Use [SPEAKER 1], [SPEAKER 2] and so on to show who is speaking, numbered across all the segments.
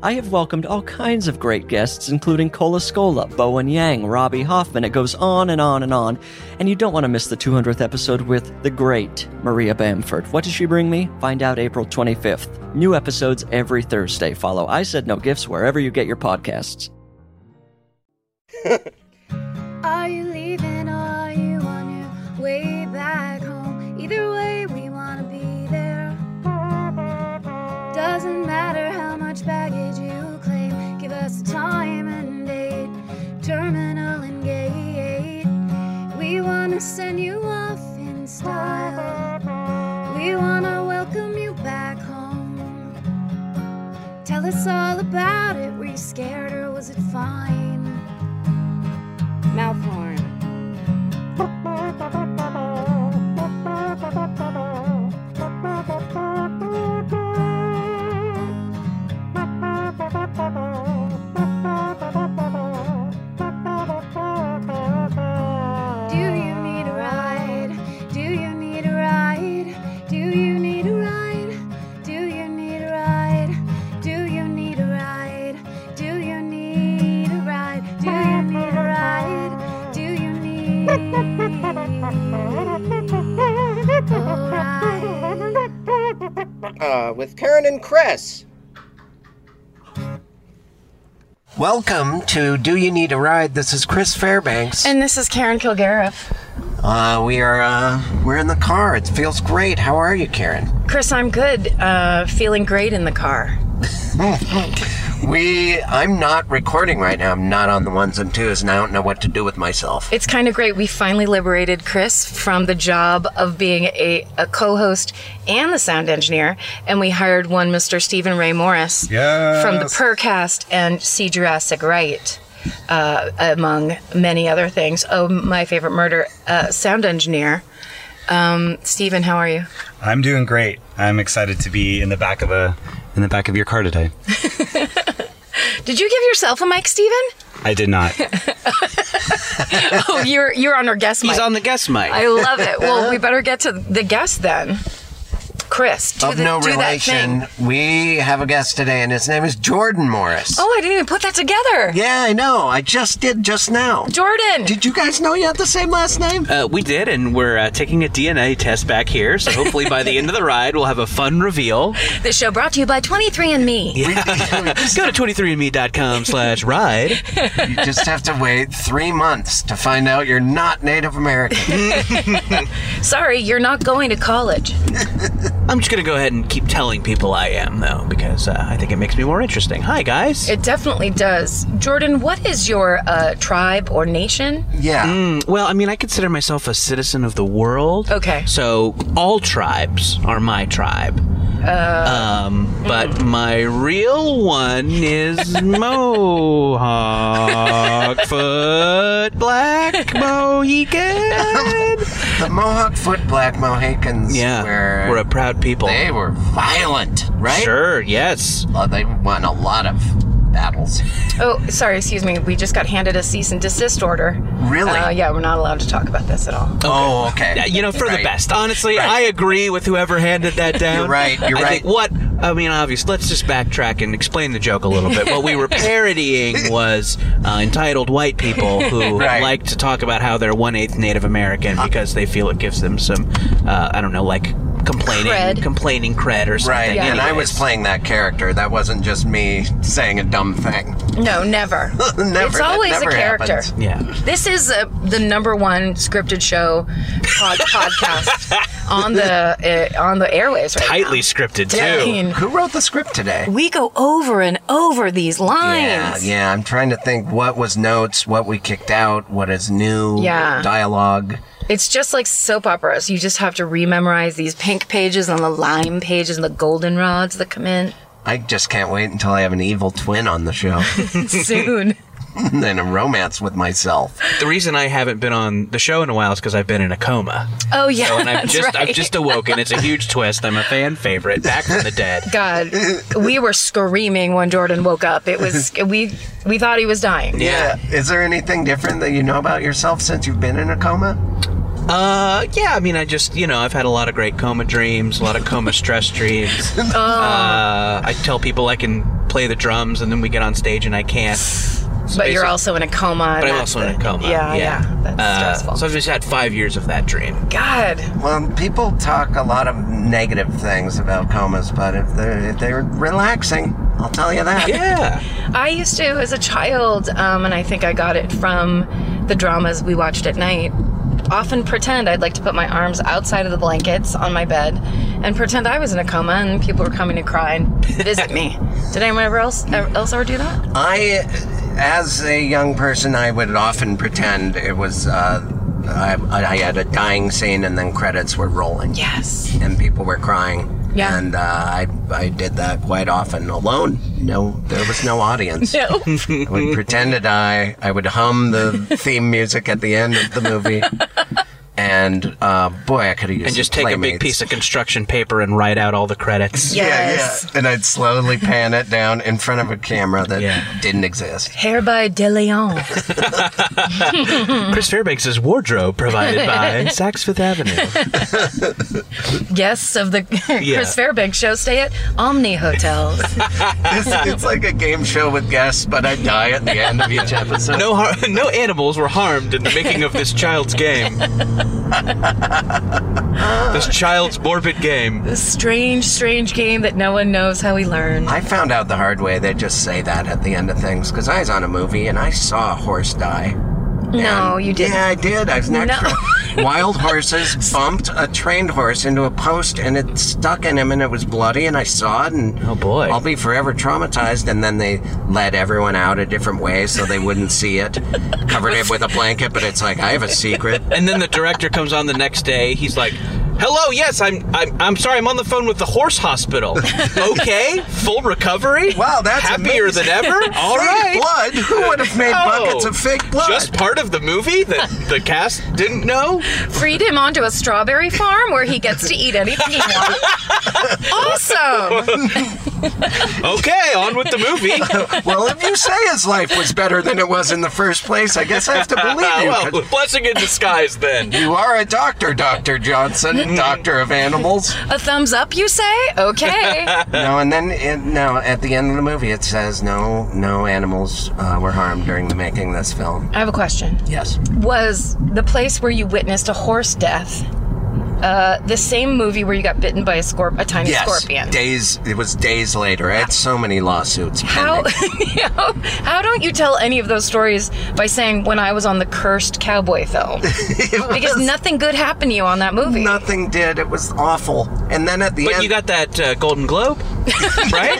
[SPEAKER 1] I have welcomed all kinds of great guests, including Cola Scola, Bowen Yang, Robbie Hoffman. It goes on and on and on. And you don't want to miss the 200th episode with the great Maria Bamford. What does she bring me? Find out April 25th. New episodes every Thursday. Follow I Said No Gifts wherever you get your podcasts.
[SPEAKER 2] Are you leaving? Are you on your way back home? Either way, we wanna be there. Doesn't matter how much baggage you claim, give us a time and date, terminal and gate. We wanna send you off in style. We wanna welcome you back home. Tell us all about it. Were you scared or was it fine? Mouth horn. Do you need a ride? Do you need a ride? Do you need a ride? Do you need a ride? Do you need a ride? Do you need a ride? Do you need a ride? Do you need a ride?
[SPEAKER 3] uh, with Karen and Chris.
[SPEAKER 4] Welcome to Do You Need a Ride? This is Chris Fairbanks.
[SPEAKER 5] And this is Karen Kilgariff.
[SPEAKER 4] uh, we are uh, we're in the car. It feels great. How are you, Karen?
[SPEAKER 5] Chris, I'm good. Uh, feeling great in the car.
[SPEAKER 4] We I'm not recording right now. I'm not on the ones and twos, and I don't know what to do with myself.
[SPEAKER 5] It's kind of great. We finally liberated Chris from the job of being a, a co host and the sound engineer, and we hired one Mr. Stephen Ray Morris from the Percast and See Jurassic Right. Uh, among many other things. Oh, my favorite murder, uh, sound engineer. Um, Stephen, how are you?
[SPEAKER 6] I'm doing great. I'm excited to be in the back of a in the back of your car today.
[SPEAKER 5] Did you give yourself a mic, Stephen?
[SPEAKER 6] I did not.
[SPEAKER 5] Oh, you're you're on our guest mic.
[SPEAKER 7] He's on the guest mic.
[SPEAKER 5] I love it. Well, we better get to the guest then. Chris, do
[SPEAKER 4] of
[SPEAKER 5] the,
[SPEAKER 4] no
[SPEAKER 5] do That
[SPEAKER 4] relation,
[SPEAKER 5] thing.
[SPEAKER 4] we have a guest today, and his name is Jordan Morris.
[SPEAKER 5] Oh, I didn't even put that together.
[SPEAKER 4] Yeah, I know. I just did just now.
[SPEAKER 5] Jordan.
[SPEAKER 4] Did you guys know you had the same last name?
[SPEAKER 7] Uh, we did, and we're uh, taking a DNA test back here. So hopefully, by the end of the ride, we'll have a fun reveal.
[SPEAKER 5] this show brought to you by 23andMe.
[SPEAKER 7] Go to 23andme.com/slash ride.
[SPEAKER 4] You just have to wait three months to find out you're not Native American.
[SPEAKER 5] Sorry, you're not going to college.
[SPEAKER 7] I'm just gonna go ahead and keep telling people I am, though, because uh, I think it makes me more interesting. Hi, guys.
[SPEAKER 5] It definitely does. Jordan, what is your uh, tribe or nation?
[SPEAKER 4] Yeah.
[SPEAKER 7] well, I mean, I consider myself a citizen of the world.
[SPEAKER 5] Okay.
[SPEAKER 7] So all tribes are my tribe. um, but my real one is Mohawk Foot Black Mohican.
[SPEAKER 4] The Mohawk Foot Black Mohicans
[SPEAKER 7] Yeah,
[SPEAKER 4] were,
[SPEAKER 7] we're a proud people.
[SPEAKER 4] they were violent, right?
[SPEAKER 7] Sure, yes.
[SPEAKER 4] Well, they won a lot of battles.
[SPEAKER 5] Oh, sorry, excuse me. We just got handed a cease and desist order.
[SPEAKER 4] Really?
[SPEAKER 5] Uh, yeah, we're not allowed to talk about this at all.
[SPEAKER 4] Oh, okay.
[SPEAKER 7] Yeah, Uh, you know, for the
[SPEAKER 4] Right.
[SPEAKER 7] best. Honestly, I agree with whoever handed that down.
[SPEAKER 4] You're right, you're
[SPEAKER 7] I
[SPEAKER 4] right.
[SPEAKER 7] Think what I mean, obvious. Let's just backtrack and explain the joke a little bit. What we were parodying was uh, entitled white people who
[SPEAKER 4] Right. Uh,
[SPEAKER 7] like to talk about how they're one eighth Native American because they feel it gives them some, uh, I don't know, like complaining,
[SPEAKER 5] Cred.
[SPEAKER 7] complaining cred or
[SPEAKER 4] Right,
[SPEAKER 7] something.
[SPEAKER 4] and I was
[SPEAKER 7] Anyways.
[SPEAKER 4] playing that character. That wasn't just me saying a dumb thing.
[SPEAKER 5] No, never.
[SPEAKER 4] never,
[SPEAKER 5] it's
[SPEAKER 4] that
[SPEAKER 5] always
[SPEAKER 4] never
[SPEAKER 5] a character.
[SPEAKER 4] happens.
[SPEAKER 7] Yeah.
[SPEAKER 5] This is uh, the number one scripted show pod- podcast on the uh, on the airways right
[SPEAKER 7] Tightly scripted
[SPEAKER 5] now. I
[SPEAKER 7] too.
[SPEAKER 5] mean,
[SPEAKER 4] Who wrote the script today?
[SPEAKER 5] we go over and over these
[SPEAKER 4] Yeah,
[SPEAKER 5] lines.
[SPEAKER 4] yeah, I'm trying to think what was notes, what we kicked out, what is new,
[SPEAKER 5] Yeah.
[SPEAKER 4] dialogue.
[SPEAKER 5] It's just like soap operas. You just have to rememorize these pink pages and the lime pages and the goldenrods that come in
[SPEAKER 4] I just can't wait until I have an evil twin on the show.
[SPEAKER 5] soon.
[SPEAKER 4] in a romance with myself.
[SPEAKER 7] The reason I haven't been on the show in a while is because I've been in a coma.
[SPEAKER 5] Oh yeah,
[SPEAKER 7] So, and I've
[SPEAKER 5] that's
[SPEAKER 7] just
[SPEAKER 5] right.
[SPEAKER 7] I've just awoken. It's a huge twist. I'm a fan favorite. Back from the dead.
[SPEAKER 5] God, we were screaming when Jordan woke up. It was we we thought he was dying.
[SPEAKER 7] Yeah.
[SPEAKER 4] Is there anything different that you know about yourself since you've been in a coma?
[SPEAKER 7] Uh, yeah. I mean, I just you know I've had a lot of great coma dreams, a lot of coma stress dreams.
[SPEAKER 5] Oh.
[SPEAKER 7] Uh, I tell people I can play the drums, and then we get on stage and I can't.
[SPEAKER 5] But you're also in a coma.
[SPEAKER 7] But I'm
[SPEAKER 5] that's
[SPEAKER 7] also in a
[SPEAKER 5] the-
[SPEAKER 7] coma.
[SPEAKER 5] Yeah, yeah, that's
[SPEAKER 7] Uh,
[SPEAKER 5] stressful.
[SPEAKER 7] So I've just had five years of that dream.
[SPEAKER 5] God,
[SPEAKER 4] Well, people talk a lot of negative things about comas, but if they're, if they're relaxing, I'll tell you that.
[SPEAKER 7] Yeah.
[SPEAKER 5] I used to as a child, um, and I think I got it from the dramas we watched at night. Often pretend I'd like to put my arms outside of the blankets on my bed and pretend I was in a coma and people were coming to cry and visit me. Did anyone ever else ever, else ever do that?
[SPEAKER 4] I, as a young person, I would often pretend it was. Uh, I, I had a dying scene, and then credits were rolling,
[SPEAKER 5] Yes.
[SPEAKER 4] and people were crying.
[SPEAKER 5] Yeah.
[SPEAKER 4] And uh, I, I did that quite often alone. No, there was no audience.
[SPEAKER 5] No.
[SPEAKER 4] I would pretend to die. I would hum the theme music at the end of the movie. And uh, boy, I could have used
[SPEAKER 7] And just take a big piece of construction paper and write out all the credits.
[SPEAKER 5] Yes.
[SPEAKER 4] Yeah, yeah. And I'd slowly pan it down in front of a camera that
[SPEAKER 7] Yeah.
[SPEAKER 4] didn't exist.
[SPEAKER 5] Hair by De Leon.
[SPEAKER 7] Chris Fairbanks' wardrobe provided by Saks Fifth Avenue.
[SPEAKER 5] guests of the Chris Fairbanks show stay at Omni Hotels.
[SPEAKER 4] It's, it's like a game show with guests, but I die at the end of each episode.
[SPEAKER 7] No, har- no animals were harmed in the making of this child's game. this child's morbid game.
[SPEAKER 5] this strange, strange game that no one knows how we learned.
[SPEAKER 4] I found out the hard way they just say that at the end of things because I was on a movie and I saw a horse die.
[SPEAKER 5] No,
[SPEAKER 4] And-
[SPEAKER 5] you didn't.
[SPEAKER 4] Yeah, I did. I was next.
[SPEAKER 5] No.
[SPEAKER 4] to- Wild horses bumped a trained horse into a post and it stuck in him and it was bloody and I saw it and
[SPEAKER 7] Oh, boy.
[SPEAKER 4] I'll be forever traumatized. And then they led everyone out a different way so they wouldn't see it. Covered it with a blanket, but it's like I have a secret.
[SPEAKER 7] And then the director comes on the next day. He's like, "Hello, yes, I'm. I'm, I'm sorry. I'm on the phone with the horse hospital. Okay, full recovery.
[SPEAKER 4] Wow, that's
[SPEAKER 7] happier
[SPEAKER 4] amazing.
[SPEAKER 7] than ever. All
[SPEAKER 4] Fake
[SPEAKER 7] right,
[SPEAKER 4] blood? Who would have made
[SPEAKER 7] Oh.
[SPEAKER 4] buckets of fake blood?
[SPEAKER 7] just part of the movie that the cast didn't know.
[SPEAKER 5] Freed him onto a strawberry farm where he gets to eat anything he wants. awesome!
[SPEAKER 7] Okay, on with the movie.
[SPEAKER 4] well, if you say his life was better than it was in the first place, I guess I have to believe you.
[SPEAKER 7] well,
[SPEAKER 4] 'cause
[SPEAKER 7] blessing in disguise then.
[SPEAKER 4] You are a doctor, Dr. Johnson, doctor of animals.
[SPEAKER 5] A thumbs up, you say? Okay.
[SPEAKER 4] No, and then it, no, at the end of the movie, it says no, no animals uh, were harmed during the making of this film.
[SPEAKER 5] I have a question.
[SPEAKER 4] Yes.
[SPEAKER 5] Was the place where you witnessed a horse death uh, the same movie where you got bitten by a scorp, a tiny
[SPEAKER 4] Yes.
[SPEAKER 5] scorpion?
[SPEAKER 4] Days. It was days later. I had so many lawsuits.
[SPEAKER 5] How,
[SPEAKER 4] pending.
[SPEAKER 5] you know, how don't you tell any of those stories by saying when I was on the cursed cowboy film? because nothing good happened to you on that movie.
[SPEAKER 4] Nothing did. It was awful. And then at the
[SPEAKER 7] But
[SPEAKER 4] end,
[SPEAKER 7] you got that uh, Golden Globe, right?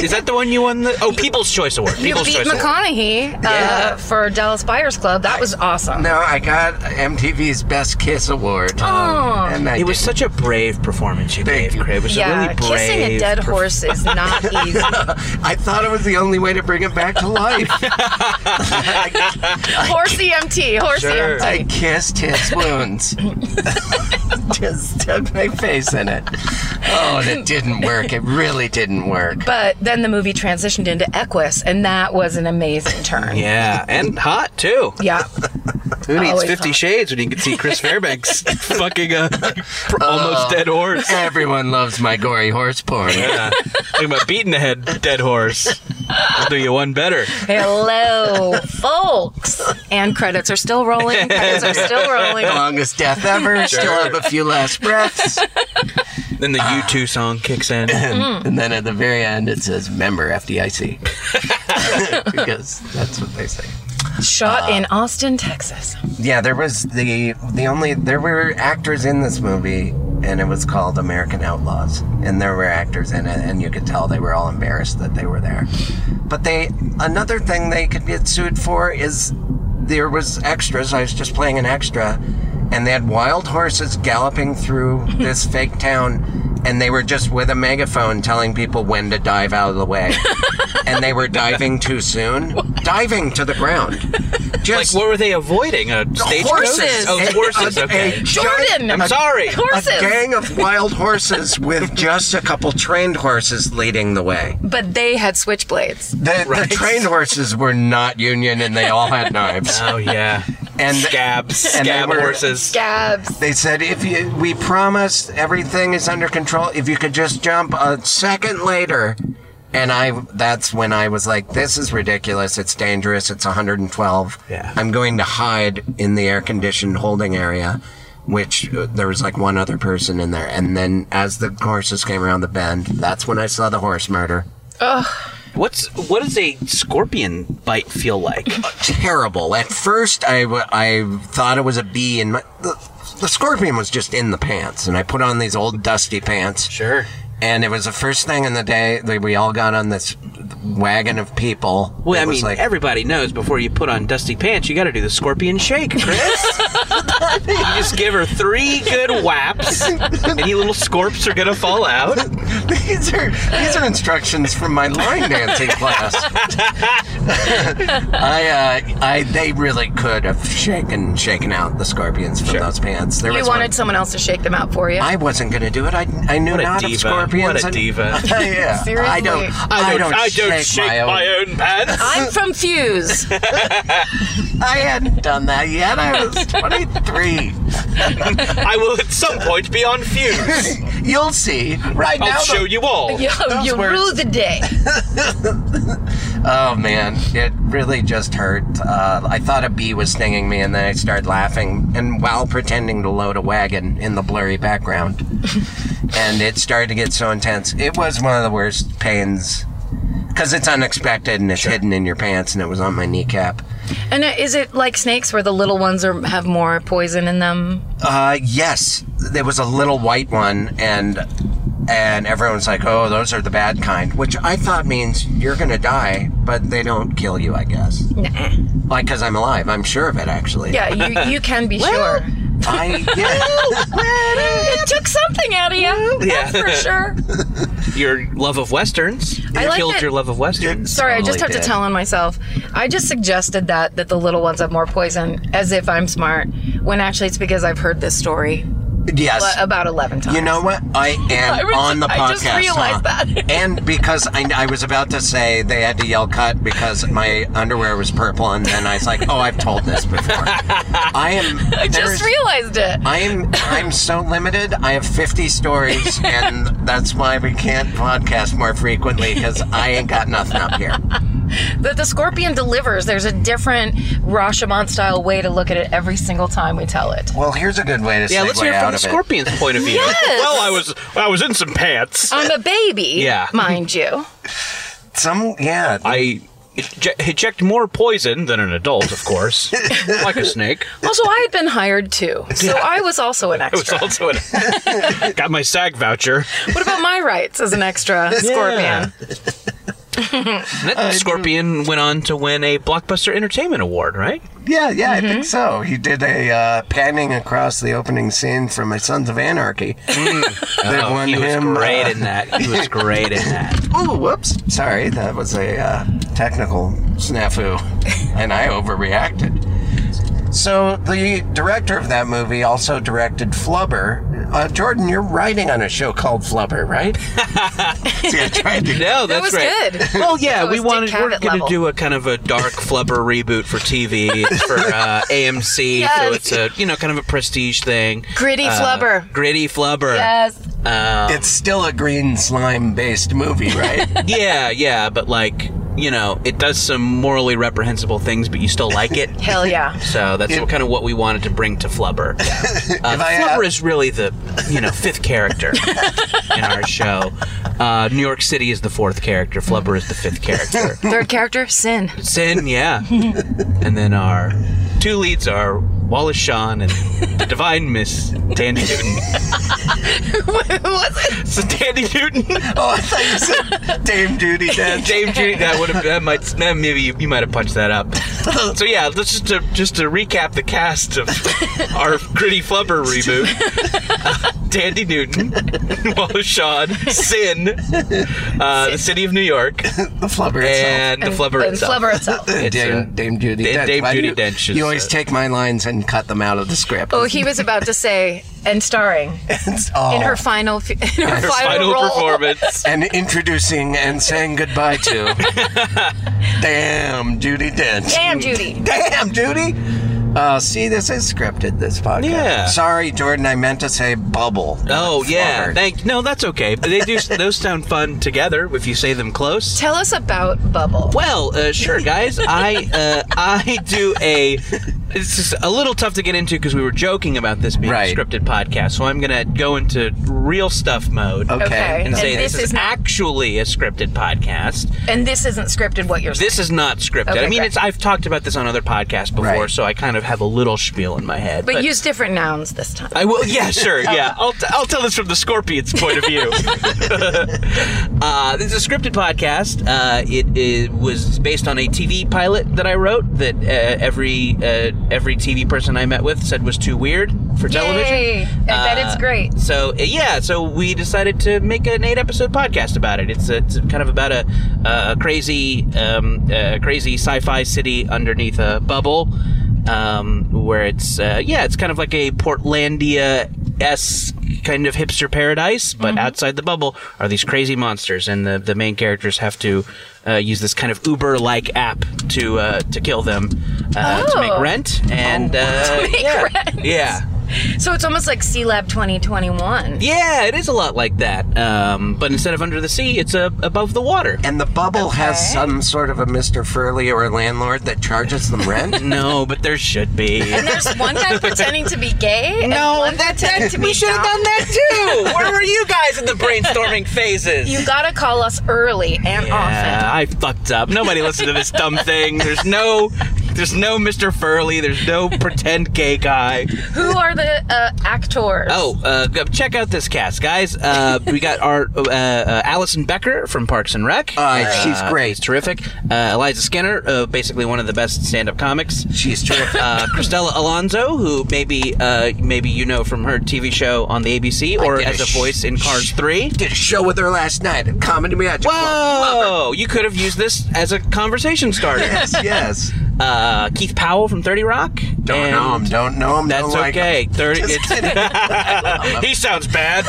[SPEAKER 7] Is that the one you won the? Oh, People's Choice Award.
[SPEAKER 5] you
[SPEAKER 7] People's
[SPEAKER 5] beat
[SPEAKER 7] Choice Award.
[SPEAKER 5] McConaughey uh,
[SPEAKER 7] Yeah.
[SPEAKER 5] for Dallas Buyers Club. That was awesome.
[SPEAKER 4] no, I got MTV's Best Kiss Award. Oh, and I
[SPEAKER 7] It was
[SPEAKER 4] did-
[SPEAKER 7] such a brave performance you
[SPEAKER 4] Thank
[SPEAKER 7] gave,
[SPEAKER 4] you.
[SPEAKER 7] Craig. It was a
[SPEAKER 5] yeah,
[SPEAKER 7] really brave.
[SPEAKER 5] kissing a dead
[SPEAKER 7] perf-
[SPEAKER 5] horse is not easy.
[SPEAKER 4] I thought it was the only way to bring it back to life.
[SPEAKER 5] horse EMT, horse
[SPEAKER 7] Sure.
[SPEAKER 5] EMT.
[SPEAKER 4] I kissed his wounds. Just stuck my face in it. Oh, and it didn't work. It really didn't work.
[SPEAKER 5] But then the movie transitioned into Equus, and that was an amazing turn.
[SPEAKER 7] Yeah, and hot too.
[SPEAKER 5] Yeah.
[SPEAKER 7] Who needs
[SPEAKER 5] Always
[SPEAKER 7] Fifty
[SPEAKER 5] hot.
[SPEAKER 7] Shades when you can see Chris Fairbanks fucking a pr- almost dead horse?
[SPEAKER 4] Everyone loves my gory horse porn.
[SPEAKER 7] Yeah, talking about beating a head dead horse. I'll do you one better.
[SPEAKER 5] Hello, folks. And credits are still rolling. Credits are still rolling.
[SPEAKER 4] Longest death ever. Still have a few last breaths.
[SPEAKER 7] Then the U2 song kicks in.
[SPEAKER 4] And then at the very end, it says, member FDIC. because that's what they say.
[SPEAKER 5] Shot
[SPEAKER 7] Uh,
[SPEAKER 5] in Austin, Texas.
[SPEAKER 4] Yeah, there was the the only there were actors in this movie, and it was called American Outlaws, and there were actors in it, and you could tell they were all embarrassed that they were there. But they another thing they could get sued for is there was extras. I was just playing an extra, and they had wild horses galloping through this fake town, and they were just with a megaphone telling people when to dive out of the way. and they were diving too soon, diving to the ground.
[SPEAKER 7] Like,
[SPEAKER 4] Just
[SPEAKER 7] what were they avoiding? A stagecoach?
[SPEAKER 4] horses.
[SPEAKER 7] Oh,
[SPEAKER 4] A-
[SPEAKER 7] horses.
[SPEAKER 4] a- a
[SPEAKER 7] Okay.
[SPEAKER 4] giant-
[SPEAKER 5] Jordan!
[SPEAKER 7] I'm sorry.
[SPEAKER 4] A
[SPEAKER 5] Horses!
[SPEAKER 4] gang of wild horses with just a couple trained horses leading the way.
[SPEAKER 5] But they had switchblades.
[SPEAKER 4] The, the trained horses were not union and they all had knives.
[SPEAKER 7] Oh yeah.
[SPEAKER 4] And
[SPEAKER 7] Scabs.
[SPEAKER 4] And they
[SPEAKER 7] Scab
[SPEAKER 4] were-
[SPEAKER 7] horses.
[SPEAKER 5] Gabs.
[SPEAKER 4] they said, if you, we promise everything is under control, if you could just jump a second later. And I, that's when I was like, this is ridiculous. It's dangerous. It's 112.
[SPEAKER 7] Yeah.
[SPEAKER 4] I'm going to hide in the air conditioned holding area, which uh, there was like one other person in there. And then as the horses came around the bend, that's when I saw the horse murder.
[SPEAKER 7] What's what does a scorpion bite feel like?
[SPEAKER 4] terrible. At first, I, w- I thought it was a bee, and my, the, the scorpion was just in the pants. And I put on these old dusty pants.
[SPEAKER 7] Sure.
[SPEAKER 4] And it was the first thing in the day that we all got on this wagon of people.
[SPEAKER 7] Well, I
[SPEAKER 4] It was
[SPEAKER 7] mean,
[SPEAKER 4] like,
[SPEAKER 7] everybody knows before you put on dusty pants, you got to do the scorpion shake, Chris. you just give her three good whaps, any little scorps are gonna fall out.
[SPEAKER 4] these are these are instructions from my line dancing class. I, uh, I, they really could have shaken shaken out the scorpions from those pants. There
[SPEAKER 5] You
[SPEAKER 4] was one-
[SPEAKER 5] wanted someone else to shake them out for you.
[SPEAKER 4] I wasn't going to do it. I, I knew
[SPEAKER 7] What a
[SPEAKER 4] not
[SPEAKER 7] diva.
[SPEAKER 4] of scorpions.
[SPEAKER 7] What a
[SPEAKER 4] and-
[SPEAKER 7] diva.
[SPEAKER 4] Oh, yeah. I
[SPEAKER 5] Seriously.
[SPEAKER 4] don't. I don't, shake, my, own.
[SPEAKER 7] own pants.
[SPEAKER 5] I'm from Fuse.
[SPEAKER 4] I hadn't done that yet. I was 23.
[SPEAKER 7] I will at some point be on fuse.
[SPEAKER 4] You'll see. Right now. the-
[SPEAKER 7] you all.
[SPEAKER 5] you
[SPEAKER 4] Those
[SPEAKER 5] you
[SPEAKER 4] words.
[SPEAKER 5] rue the day.
[SPEAKER 4] oh man, it really just hurt. Uh, I thought a bee was stinging me, and then I started laughing, and while pretending to load a wagon in the blurry background, and it started to get so intense. It was one of the worst pains. Because it's unexpected and it's hidden in your pants, and it was on my kneecap.
[SPEAKER 5] And uh, is it like snakes where the little ones are, have more poison in them?
[SPEAKER 4] Uh, yes, there was a little white one, and and everyone's like, "Oh, those are the bad kind," which I thought means you're gonna die, but they don't kill you, I guess. Like, cause I'm alive. I'm sure of it, actually.
[SPEAKER 5] Yeah, you, you can be sure.
[SPEAKER 4] I yeah.
[SPEAKER 5] It took something out of you.
[SPEAKER 7] Yeah.
[SPEAKER 5] That's for sure.
[SPEAKER 7] Your love of westerns. You
[SPEAKER 5] I like
[SPEAKER 7] killed
[SPEAKER 5] that-
[SPEAKER 7] your love of westerns.
[SPEAKER 5] Sorry, I just have
[SPEAKER 7] Totally
[SPEAKER 5] to
[SPEAKER 7] did.
[SPEAKER 5] tell on myself. I just suggested that that the little ones have more poison, as if I'm smart, when actually it's because I've heard this story
[SPEAKER 4] yes.
[SPEAKER 5] but about eleven times.
[SPEAKER 4] You know what? I am
[SPEAKER 5] I was-
[SPEAKER 4] on the podcast.
[SPEAKER 5] I just realized
[SPEAKER 4] huh?
[SPEAKER 5] that.
[SPEAKER 4] and because I, I was about to say they had to yell cut because my underwear was purple, and then I was like, oh, I've told this before. I am.
[SPEAKER 5] I just realized it.
[SPEAKER 4] I am I'm so limited. I have 50 stories, and that's why we can't podcast more frequently because I ain't got nothing up here.
[SPEAKER 5] That the scorpion delivers. There's a different Rashomon style way to look at it every single time we tell it.
[SPEAKER 4] Well, here's a good way to
[SPEAKER 7] Yeah,
[SPEAKER 4] segue
[SPEAKER 7] let's hear it
[SPEAKER 4] out
[SPEAKER 7] from the
[SPEAKER 4] of
[SPEAKER 7] scorpion's point of view.
[SPEAKER 5] Yes.
[SPEAKER 7] Well, I was I was in some pants.
[SPEAKER 5] I'm a baby,
[SPEAKER 7] Yeah.
[SPEAKER 5] mind you.
[SPEAKER 4] it. Some yeah.
[SPEAKER 7] I eject, eject more poison than an adult, of course, like a snake.
[SPEAKER 5] Also, I had been hired too, so I was also an
[SPEAKER 7] It was
[SPEAKER 5] extra.
[SPEAKER 7] also an, got my SAG voucher.
[SPEAKER 5] What about my rights as an extra scorpion?
[SPEAKER 7] And that scorpion went on to win a blockbuster entertainment award, right?
[SPEAKER 4] yeah, yeah,
[SPEAKER 7] Mm-hmm.
[SPEAKER 4] I think so. He did a uh, panning across the opening scene from My Sons of Anarchy. that won
[SPEAKER 7] Oh, he was
[SPEAKER 4] him.
[SPEAKER 7] great
[SPEAKER 4] uh,
[SPEAKER 7] in that. He was great in that.
[SPEAKER 4] ooh, Oh, whoops. Sorry, that was a uh, technical snafu, and I overreacted. So the director of that movie also directed Flubber. Uh, Jordan, you're writing on a show called Flubber, right? See, I tried to-
[SPEAKER 7] No, that's
[SPEAKER 5] That was
[SPEAKER 7] right.
[SPEAKER 5] good.
[SPEAKER 7] Well, yeah,
[SPEAKER 5] That
[SPEAKER 7] we
[SPEAKER 5] was Dick
[SPEAKER 7] wanted we're
[SPEAKER 5] Cavett
[SPEAKER 7] going
[SPEAKER 5] level.
[SPEAKER 7] to do a kind of a dark flubber reboot for TV for uh, AMC. So
[SPEAKER 5] Yes.
[SPEAKER 7] it's a you know kind of a prestige thing.
[SPEAKER 5] Gritty
[SPEAKER 7] Uh,
[SPEAKER 5] flubber.
[SPEAKER 7] gritty flubber.
[SPEAKER 5] Yes.
[SPEAKER 7] Uh,
[SPEAKER 4] It's still a green slime based movie, right?
[SPEAKER 7] yeah, yeah, but like you know, it does some morally reprehensible things, but you still like it.
[SPEAKER 5] Hell yeah.
[SPEAKER 7] So that's what, kind of what we wanted to bring to Flubber. Uh,
[SPEAKER 4] I, uh,
[SPEAKER 7] Flubber is really the you know fifth character in our show. Uh, New York City is the fourth character. Flubber is the fifth character.
[SPEAKER 5] Third character, Sin.
[SPEAKER 7] Sin, yeah. and then our two leads are Wallace Shawn and the Divine Miss Danny Newton.
[SPEAKER 5] Who was it?
[SPEAKER 7] So Dandy Newton.
[SPEAKER 4] Oh, I thought you said Dame Duty Dad.
[SPEAKER 7] Dame Judy, that would have that might that maybe you, you might have punched that up. So yeah, let's just to, just to recap the cast of our gritty flubber reboot. Dandy Newton, Wallace Shawn, Sin, uh, the city of New York,
[SPEAKER 4] the flubber itself.
[SPEAKER 7] and the flubber
[SPEAKER 5] and
[SPEAKER 7] itself.
[SPEAKER 5] flubber itself.
[SPEAKER 4] Uh,
[SPEAKER 7] it's, uh,
[SPEAKER 4] Dame, Dame Judy
[SPEAKER 7] Dame-
[SPEAKER 4] Dench.
[SPEAKER 7] Dame
[SPEAKER 4] Why do
[SPEAKER 7] Judi
[SPEAKER 4] you,
[SPEAKER 7] Dench is,
[SPEAKER 4] You always
[SPEAKER 7] uh,
[SPEAKER 4] take my lines and cut them out of the script.
[SPEAKER 5] Oh, he was about to say, and starring
[SPEAKER 4] It's- oh.
[SPEAKER 5] in her final, f- in her,
[SPEAKER 7] Her
[SPEAKER 5] final,
[SPEAKER 7] final
[SPEAKER 5] role.
[SPEAKER 7] performance.
[SPEAKER 4] and introducing and saying goodbye to. Damn, Judy Dench.
[SPEAKER 5] Damn, Judy.
[SPEAKER 4] Damn, Judy. Uh, see, this is scripted. This podcast.
[SPEAKER 7] Yeah.
[SPEAKER 4] Sorry, Jordan. I meant to say bubble. not
[SPEAKER 7] Oh yeah,
[SPEAKER 4] flubber.
[SPEAKER 7] thank. No, that's okay. But they do. those sound fun together if you say them close.
[SPEAKER 5] Tell us about Bubble.
[SPEAKER 7] Well, uh, sure, guys. I uh, I do a. It's just a little tough to get into because we were joking about this being
[SPEAKER 4] Right.
[SPEAKER 7] a scripted podcast. So I'm gonna go into real stuff mode
[SPEAKER 4] Okay.
[SPEAKER 5] Okay.
[SPEAKER 7] and
[SPEAKER 5] And
[SPEAKER 7] say this,
[SPEAKER 5] this
[SPEAKER 7] is
[SPEAKER 5] is not-
[SPEAKER 7] actually a scripted podcast.
[SPEAKER 5] And this isn't scripted. What you're saying.
[SPEAKER 7] This is not scripted.
[SPEAKER 5] Okay,
[SPEAKER 7] I mean,
[SPEAKER 5] great.
[SPEAKER 7] it's I've talked about this on other podcasts before,
[SPEAKER 4] Right.
[SPEAKER 7] so I kind of have a little spiel in my head.
[SPEAKER 5] but use different nouns this time.
[SPEAKER 7] I will. Yeah, sure. Yeah, I'll, t- I'll tell this from the Scorpion's point of view. uh, this is a scripted podcast. Uh, it, it was based on a TV pilot that I wrote that uh, every uh, every TV person I met with said was too weird for television.
[SPEAKER 5] Yay. I bet it's
[SPEAKER 7] Uh,
[SPEAKER 5] great.
[SPEAKER 7] So uh, yeah, so we decided to make an eight episode podcast about it. It's, it's kind of about a, a crazy um, a crazy sci fi city underneath a bubble, um, where it's uh, yeah, it's kind of like a Portlandia s kind of hipster paradise, but
[SPEAKER 5] Mm-hmm.
[SPEAKER 7] outside the bubble are these crazy monsters, and the the main characters have to. Uh, use this kind of Uber-like app to uh, to kill them uh, to make
[SPEAKER 5] Oh.
[SPEAKER 7] rent and uh, yeah yeah
[SPEAKER 5] So it's almost like C Lab 2021.
[SPEAKER 7] yeah, it is a lot like that. Um, but instead of under the sea, it's uh, above the water.
[SPEAKER 4] And the bubble has some sort of a Mr. Furley or a landlord that charges them rent.
[SPEAKER 7] No, but there should be.
[SPEAKER 5] And there's one guy pretending to be gay. and one pretending to be
[SPEAKER 7] should've
[SPEAKER 5] dumb.
[SPEAKER 7] that too. Where were you guys in the brainstorming phases?
[SPEAKER 5] You gotta call us early and
[SPEAKER 7] yeah, I fucked up. Nobody listened to this dumb thing. There's no, there's no Mr. Furley. There's no pretend gay guy.
[SPEAKER 5] often. Who are the uh, actors?
[SPEAKER 7] Oh, uh, go- check out this cast, guys. Uh, we got our uh, uh, Allison Becker from Parks and Rec.
[SPEAKER 4] Uh, she's
[SPEAKER 7] She's
[SPEAKER 4] great.
[SPEAKER 7] terrific. Uh, Eliza Skinner, uh, basically one of the best stand-up comics.
[SPEAKER 4] She's terrific.
[SPEAKER 7] uh, Christella Alonso, who maybe uh, maybe you know from her TV show on the ABC or
[SPEAKER 4] did a
[SPEAKER 7] as a
[SPEAKER 4] sh-
[SPEAKER 7] voice in Cars Three.
[SPEAKER 4] Did a show with her last night at Comedy Magic.
[SPEAKER 7] Whoa! You could have used this as a conversation starter.
[SPEAKER 4] Yes, yes.
[SPEAKER 7] Uh, Keith Powell from Thirty Rock.
[SPEAKER 4] Don't
[SPEAKER 7] and
[SPEAKER 4] know him. Don't know him.
[SPEAKER 7] That's
[SPEAKER 4] don't like him.
[SPEAKER 7] okay. Thirty.
[SPEAKER 4] Just kidding.
[SPEAKER 7] It's, he sounds bad.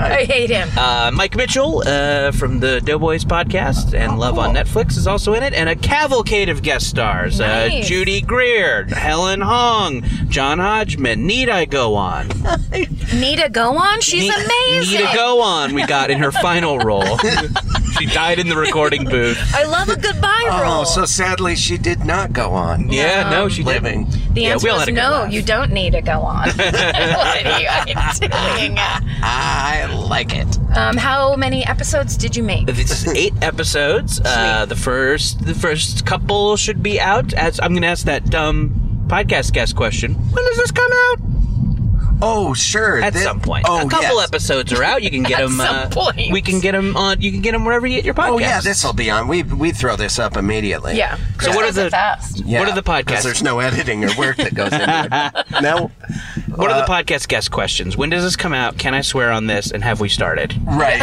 [SPEAKER 5] I hate him.
[SPEAKER 7] Uh, Mike Mitchell uh, from the Doughboys podcast
[SPEAKER 4] Oh,
[SPEAKER 7] and Love on Netflix is also in it, and a cavalcade of guest stars: uh,
[SPEAKER 5] Nice.
[SPEAKER 7] Judy Greer, Helen Hong, John Hodgman. Need I go on?
[SPEAKER 5] Nita Gowan? She's
[SPEAKER 7] Need-
[SPEAKER 5] amazing.
[SPEAKER 7] Nita go on. We got in her final role. she died in the recording booth.
[SPEAKER 5] I love a goodbye
[SPEAKER 4] Oh,
[SPEAKER 5] roll.
[SPEAKER 4] so sadly she did not go on
[SPEAKER 7] Yeah, no, she did.
[SPEAKER 4] living.
[SPEAKER 5] the
[SPEAKER 7] yeah,
[SPEAKER 5] answer
[SPEAKER 7] we all
[SPEAKER 5] is
[SPEAKER 7] had a good
[SPEAKER 5] no,
[SPEAKER 7] laugh.
[SPEAKER 5] you don't need a go on. what are you doing?
[SPEAKER 4] I like it.
[SPEAKER 5] Um, how many episodes did you make?
[SPEAKER 7] This is eight episodes. Uh, the first, the first couple should be out. As I'm going to ask that dumb podcast guest question. When does this come out?
[SPEAKER 4] Oh, sure.
[SPEAKER 7] At
[SPEAKER 4] Thi-
[SPEAKER 7] some point.
[SPEAKER 4] Oh,
[SPEAKER 7] a couple
[SPEAKER 4] yes.
[SPEAKER 7] episodes are out. You can get
[SPEAKER 5] At
[SPEAKER 7] them.
[SPEAKER 5] some
[SPEAKER 7] uh,
[SPEAKER 5] point.
[SPEAKER 7] We can get them on. You can get them wherever you get your podcast.
[SPEAKER 4] Oh, yeah, this will be on. We we throw this up immediately.
[SPEAKER 5] Yeah.
[SPEAKER 7] So
[SPEAKER 5] Chris
[SPEAKER 7] what are
[SPEAKER 5] does it
[SPEAKER 7] the-
[SPEAKER 5] fast?
[SPEAKER 4] Yeah,
[SPEAKER 7] What are the
[SPEAKER 4] 'cause
[SPEAKER 7] podcasts?
[SPEAKER 4] There's no editing or work that goes into it. No.
[SPEAKER 7] What are the
[SPEAKER 4] uh,
[SPEAKER 7] podcast guest questions? When does this come out? Can I swear on this? And have we started?
[SPEAKER 4] Right.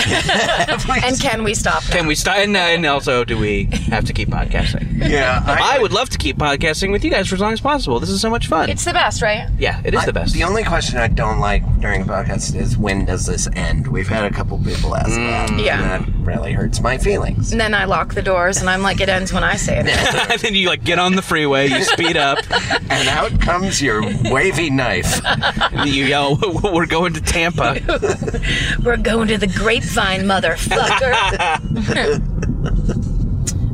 [SPEAKER 5] And can we stop? now?
[SPEAKER 7] Can we start? And, uh, and also, do we have to keep podcasting?
[SPEAKER 4] yeah.
[SPEAKER 7] I would love to keep podcasting with you guys for as long as possible. This is so much fun.
[SPEAKER 5] It's the best, right?
[SPEAKER 7] yeah, it is the best.
[SPEAKER 4] The only question I don't like during a podcast is when does this end? We've had a couple people ask
[SPEAKER 7] Mm.
[SPEAKER 4] that.
[SPEAKER 5] Yeah.
[SPEAKER 4] And that really hurts my feelings.
[SPEAKER 5] And then I lock the doors and I'm like, it ends when I say it.
[SPEAKER 7] and then you like get on the freeway, you speed up,
[SPEAKER 4] And out comes your wavy knife.
[SPEAKER 7] and you yell, "We're going to Tampa."
[SPEAKER 5] We're going to the grapevine, motherfucker.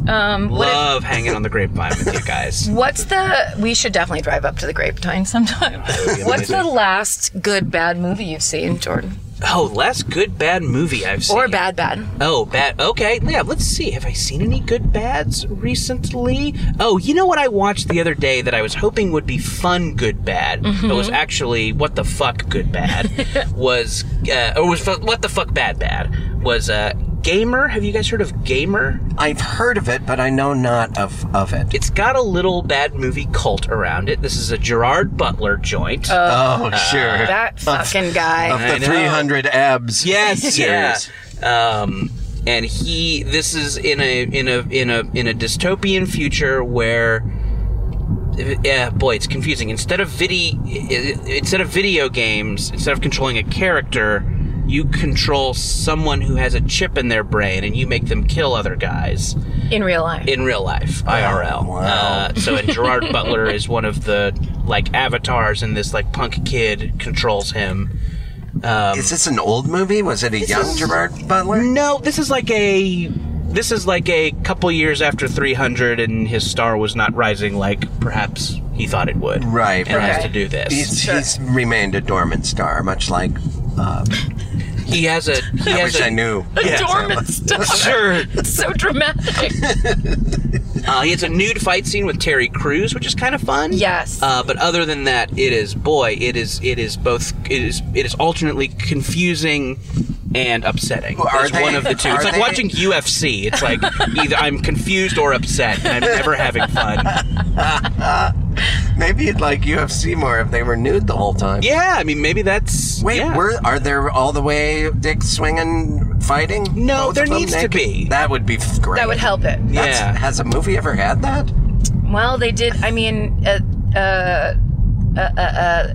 [SPEAKER 5] um, what if-
[SPEAKER 7] Love hanging on the grapevine with you guys.
[SPEAKER 5] what's the? We should definitely drive up to the grapevine sometime.
[SPEAKER 7] be
[SPEAKER 5] what's the
[SPEAKER 7] amazing.
[SPEAKER 5] last good bad movie you've seen, Jordan?
[SPEAKER 7] Oh, last good bad movie I've seen.
[SPEAKER 5] Or bad, bad.
[SPEAKER 7] Oh, bad. Okay, yeah. Let's see. Have I seen any good bads recently? Oh, you know what I watched the other day that I was hoping would be fun good bad, but was actually what the fuck good bad was, uh, or was fu- what the fuck bad bad was. Uh, Gamer. Have you guys heard of Gamer?
[SPEAKER 4] I've heard of it, but I know not of of it.
[SPEAKER 7] It's got a little bad movie cult around it. This is a Gerard Butler joint.
[SPEAKER 4] oh, sure.
[SPEAKER 5] That fucking guy.
[SPEAKER 4] of
[SPEAKER 7] Uh, I know.
[SPEAKER 4] the 300 abs.
[SPEAKER 7] Yes,
[SPEAKER 4] series.
[SPEAKER 7] yeah. Um, and he, this is in a in a in a in a dystopian future where, yeah, boy, it's confusing. Instead of video, instead of video games, instead of controlling a character, you control someone who has a chip in their brain, and you make them kill other guys
[SPEAKER 5] in real life.
[SPEAKER 7] in real life, IRL.
[SPEAKER 4] wow.
[SPEAKER 7] Uh, so, and Gerard Butler is one of the like avatars, and this like punk kid controls him. Um,
[SPEAKER 4] Is this an old movie? Was it a young Gerard Butler?
[SPEAKER 7] No, this is like a this is like a couple years after 300 and his star was not rising like perhaps he thought it would.
[SPEAKER 4] Right,
[SPEAKER 7] And has
[SPEAKER 4] right.
[SPEAKER 7] to do this.
[SPEAKER 4] He's, he's remained a dormant star, much like. Uh,
[SPEAKER 7] he has a he
[SPEAKER 4] I
[SPEAKER 7] has
[SPEAKER 4] wish
[SPEAKER 7] a
[SPEAKER 4] I knew.
[SPEAKER 5] A dormant stuff.
[SPEAKER 7] sure.
[SPEAKER 5] It's so dramatic.
[SPEAKER 7] Uh, he has a nude fight scene with Terry Crews, which is kind of fun.
[SPEAKER 5] Yes.
[SPEAKER 7] Uh, but other than that, it is boy, it is it is both it is it is alternately confusing and upsetting.
[SPEAKER 4] Are
[SPEAKER 7] it's
[SPEAKER 4] they-
[SPEAKER 7] one of the two. It's
[SPEAKER 4] are
[SPEAKER 7] like
[SPEAKER 4] they-
[SPEAKER 7] watching UFC. It's like either I'm confused or upset, and I'm never having fun.
[SPEAKER 4] Maybe you'd like UFC more if they were nude the whole time.
[SPEAKER 7] Yeah, I mean maybe that's
[SPEAKER 4] Wait,
[SPEAKER 7] yeah.
[SPEAKER 4] were, are there all the way dick swinging fighting?
[SPEAKER 7] No,
[SPEAKER 4] Both of
[SPEAKER 7] there
[SPEAKER 4] them
[SPEAKER 7] needs to
[SPEAKER 4] naked?
[SPEAKER 7] be.
[SPEAKER 4] That would be f- great.
[SPEAKER 5] that would help it.
[SPEAKER 4] That's-
[SPEAKER 7] Yeah.
[SPEAKER 4] Has a movie ever had that?
[SPEAKER 5] Well, they did. I mean, uh, uh, uh, uh, uh,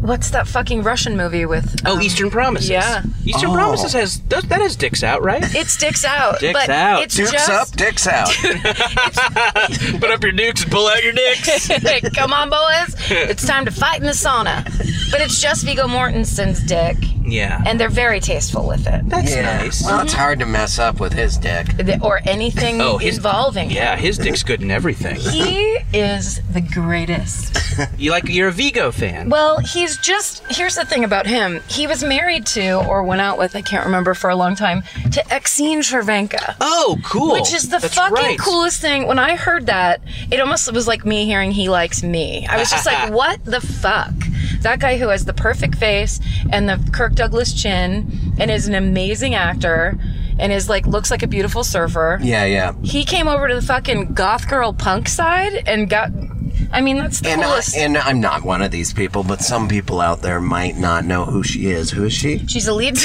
[SPEAKER 5] what's that fucking Russian movie with?
[SPEAKER 7] oh, Eastern Promises.
[SPEAKER 5] yeah.
[SPEAKER 7] Eastern
[SPEAKER 4] Oh.
[SPEAKER 7] Promises has that, that has dicks out, right?
[SPEAKER 5] It sticks out.
[SPEAKER 7] Dicks
[SPEAKER 5] but
[SPEAKER 7] out.
[SPEAKER 5] It's
[SPEAKER 4] Dukes
[SPEAKER 5] just,
[SPEAKER 4] up, dicks out.
[SPEAKER 7] Put up your nukes and pull out your dicks.
[SPEAKER 5] Come on, boys. It's time to fight in the sauna. But it's just Vigo Mortensen's dick,
[SPEAKER 7] yeah,
[SPEAKER 5] and they're very tasteful with it.
[SPEAKER 7] that's
[SPEAKER 4] yeah.
[SPEAKER 7] nice.
[SPEAKER 4] Well, it's hard to mess up with his dick.
[SPEAKER 5] The- Or anything
[SPEAKER 7] Oh, his-
[SPEAKER 5] involving it.
[SPEAKER 7] yeah, his dick's good in everything.
[SPEAKER 5] He is the greatest.
[SPEAKER 7] You like you're a Vigo fan.
[SPEAKER 5] Well, he's just. Here's the thing about him. He was married to, or went out with, I can't remember for a long time, to Exene Cervenka.
[SPEAKER 7] oh, cool.
[SPEAKER 5] Which is the
[SPEAKER 7] That's
[SPEAKER 5] fucking
[SPEAKER 7] right.
[SPEAKER 5] coolest thing. When I heard that, it almost was like me hearing he likes me. I was just like, what the fuck? That guy who has the perfect face and the Kirk Douglas chin and is an amazing actor and is like looks like a beautiful surfer.
[SPEAKER 4] Yeah, yeah.
[SPEAKER 5] He came over to the fucking goth girl punk side and got I mean that's the
[SPEAKER 4] And, I,
[SPEAKER 5] coolest.
[SPEAKER 4] and I'm not one of these people, but some people out there might not know who she is. Who is she?
[SPEAKER 5] She's a lead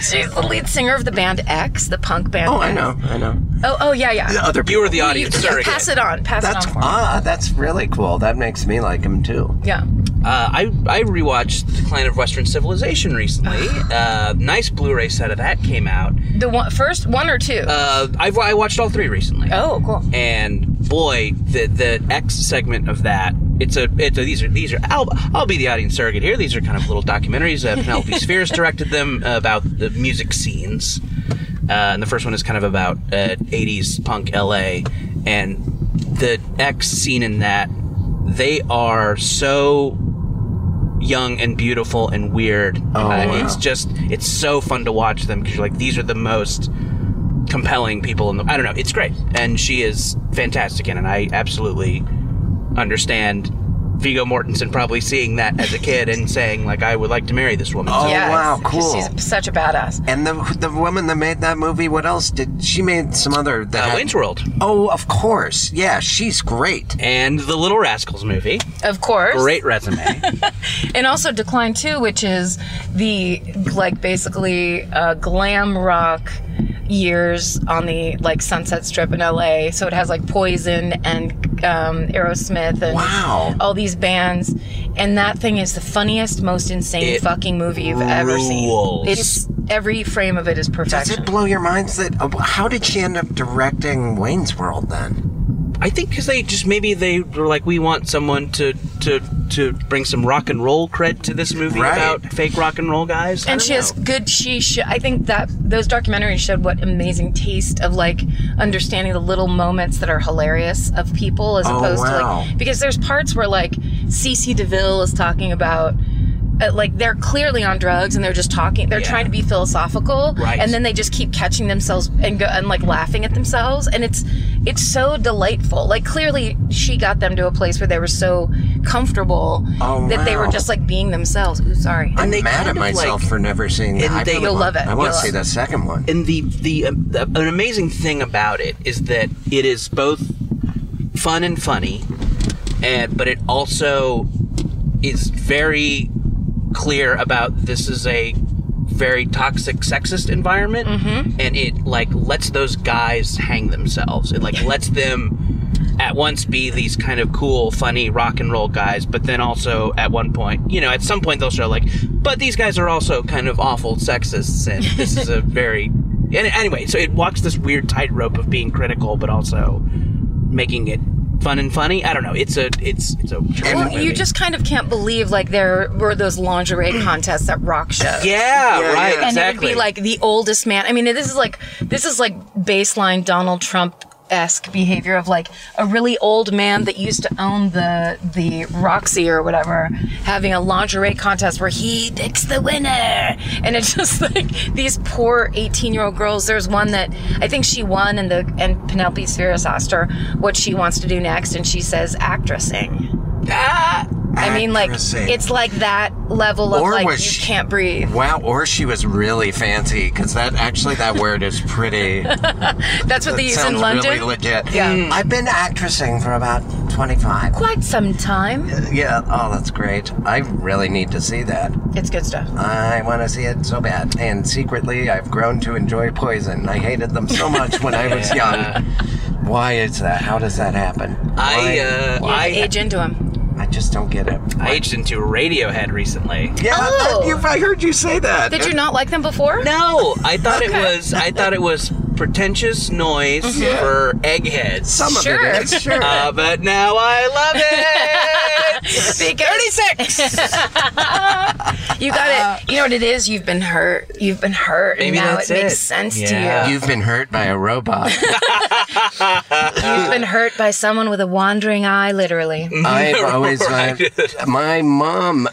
[SPEAKER 5] She's the lead singer of the band X, the punk band.
[SPEAKER 4] Oh, I know, I know.
[SPEAKER 5] Oh, oh yeah, yeah.
[SPEAKER 4] The other people.
[SPEAKER 7] You were the audience
[SPEAKER 5] You-
[SPEAKER 7] surrogate.
[SPEAKER 5] pass it on. Pass
[SPEAKER 4] That's
[SPEAKER 5] it on for him.
[SPEAKER 4] ah, that's really cool. That makes me like him too.
[SPEAKER 5] Yeah.
[SPEAKER 7] Uh, I I rewatched The Decline of Western Civilization recently. uh, nice Blu-ray set of that came out.
[SPEAKER 5] The one, first one or two?
[SPEAKER 7] Uh, I've, I watched all three recently.
[SPEAKER 5] oh, cool.
[SPEAKER 7] and boy, the the X segment of that. It's a, it's a these are these are I'll, I'll be the audience surrogate here. These are kind of little documentaries. Uh, Penelope Spheres directed them about the music scenes, uh, and the first one is kind of about uh, '80s punk LA, and the X scene in that. They are so young and beautiful and weird.
[SPEAKER 4] Oh,
[SPEAKER 7] Uh, It's just it's so fun to watch them because you're like these are the most compelling people in the. I don't know. It's great, and she is fantastic in it. I absolutely understand Vigo Mortensen probably seeing that as a kid and saying like I would like to marry this woman.
[SPEAKER 4] Oh
[SPEAKER 7] So-
[SPEAKER 5] Yeah,
[SPEAKER 4] wow,
[SPEAKER 5] it's-
[SPEAKER 4] cool.
[SPEAKER 5] She's such a badass.
[SPEAKER 4] And the the woman that made that movie, what else did she made? Some other that
[SPEAKER 7] Uh,
[SPEAKER 4] had-
[SPEAKER 7] Wayne's World
[SPEAKER 4] Oh, of course. Yeah, she's great.
[SPEAKER 7] and the Little Rascals movie.
[SPEAKER 5] Of course.
[SPEAKER 7] Great resume.
[SPEAKER 5] And also Decline 2, which is the, like, basically uh, glam rock years on the, like, Sunset Strip in LA. So it has, like, Poison and um, Aerosmith and
[SPEAKER 4] Wow.
[SPEAKER 5] all these bands. And that thing is the funniest, most insane
[SPEAKER 7] It
[SPEAKER 5] fucking movie you've ever seen.
[SPEAKER 7] rules.
[SPEAKER 5] It's every frame of it is
[SPEAKER 4] Does
[SPEAKER 5] perfection.
[SPEAKER 4] it blow your minds that uh, how did she end up directing Wayne's World then?
[SPEAKER 7] I think because they just maybe they were like, we want someone to to to bring some rock and roll cred to this movie
[SPEAKER 4] Right.
[SPEAKER 7] about fake rock and roll guys. I
[SPEAKER 5] and
[SPEAKER 7] don't
[SPEAKER 5] she has
[SPEAKER 7] know.
[SPEAKER 5] good she sh- i think that those documentaries showed what amazing taste of like understanding the little moments that are hilarious of people as
[SPEAKER 4] Oh,
[SPEAKER 5] opposed to
[SPEAKER 4] wow.
[SPEAKER 5] like because there's parts where like cc deville is talking about uh, like they're clearly on drugs and they're just talking. They're
[SPEAKER 7] Yeah.
[SPEAKER 5] trying to be philosophical,
[SPEAKER 7] Right.
[SPEAKER 5] and then they just keep catching themselves and go and like laughing at themselves, and it's it's so delightful. Like clearly, she got them to a place where they were so comfortable
[SPEAKER 4] Oh,
[SPEAKER 5] that they were
[SPEAKER 4] wow.
[SPEAKER 5] just like being themselves. Ooh, sorry.
[SPEAKER 4] I'm
[SPEAKER 7] they
[SPEAKER 4] mad
[SPEAKER 7] kind
[SPEAKER 4] at
[SPEAKER 7] of,
[SPEAKER 4] myself
[SPEAKER 7] like-
[SPEAKER 4] for never seeing that.
[SPEAKER 7] and
[SPEAKER 4] I
[SPEAKER 7] they-
[SPEAKER 4] really
[SPEAKER 7] You'll
[SPEAKER 4] want-
[SPEAKER 5] love it.
[SPEAKER 4] I want to
[SPEAKER 5] You'll-
[SPEAKER 4] see the second one.
[SPEAKER 7] and the the um, the- an amazing thing about it is that it is both fun and funny, and but it also is very clear about this is a very toxic sexist environment,
[SPEAKER 5] Mm-hmm.
[SPEAKER 7] and it like lets those guys hang themselves. It like lets them at once be these kind of cool, funny rock and roll guys, but then also at one point, you know, at some point they'll show like, but these guys are also kind of awful sexists, and this is a very. And anyway, so it walks this weird tightrope of being critical, but also making it fun and funny. I don't know. It's a it's it's a
[SPEAKER 5] Well, you just kind of can't believe like there were those lingerie contests at rock shows.
[SPEAKER 7] yeah, right
[SPEAKER 4] yeah.
[SPEAKER 5] and it
[SPEAKER 7] exactly.
[SPEAKER 5] would be like the oldest man. I mean, this is like this is like baseline Donald Trump esque behavior of like a really old man that used to own the the Roxy or whatever having a lingerie contest where he picks the winner and it's just like these poor 18 year old girls there's one that I think she won and the and Penelope Spheris asked her what she wants to do next and she says actressing I mean like
[SPEAKER 4] Actressing.
[SPEAKER 5] it's like that level of
[SPEAKER 4] Or
[SPEAKER 5] like you
[SPEAKER 4] was she-
[SPEAKER 5] can't breathe
[SPEAKER 4] Wow, or she was really fancy because that actually that word is pretty.
[SPEAKER 5] that's what they use in
[SPEAKER 4] sounds
[SPEAKER 5] London
[SPEAKER 4] really legit.
[SPEAKER 5] Yeah.
[SPEAKER 4] I've been actressing for about twenty-five.
[SPEAKER 5] quite some time.
[SPEAKER 4] Yeah. Oh, that's great. I really need to see that.
[SPEAKER 5] It's good stuff.
[SPEAKER 4] I want to see it so bad. And secretly, I've grown to enjoy Poison. I hated them so much when I was young. Why is that? How does that happen?
[SPEAKER 7] I
[SPEAKER 4] Why?
[SPEAKER 7] uh,
[SPEAKER 5] You
[SPEAKER 7] I
[SPEAKER 5] age into him.
[SPEAKER 4] I just don't get it.
[SPEAKER 7] I aged into Radiohead recently.
[SPEAKER 4] Yeah,
[SPEAKER 5] Oh.
[SPEAKER 4] that- you- I heard you say that.
[SPEAKER 5] Did you not like them before?
[SPEAKER 7] No, I thought it was I thought it was pretentious noise
[SPEAKER 5] Mm-hmm.
[SPEAKER 7] for eggheads.
[SPEAKER 4] Some
[SPEAKER 5] Sure.
[SPEAKER 4] of it is sure.
[SPEAKER 7] Uh, but now I love it.
[SPEAKER 5] Thirty-six. you got it. You know what it is. You've been hurt. You've been hurt.
[SPEAKER 7] Maybe
[SPEAKER 5] and now
[SPEAKER 7] that's
[SPEAKER 5] it makes
[SPEAKER 7] it.
[SPEAKER 5] sense
[SPEAKER 7] Yeah.
[SPEAKER 5] to you.
[SPEAKER 4] You've been hurt by a robot.
[SPEAKER 5] You've been hurt by someone with a wandering eye, literally.
[SPEAKER 7] Mm.
[SPEAKER 4] I've always uh, my mom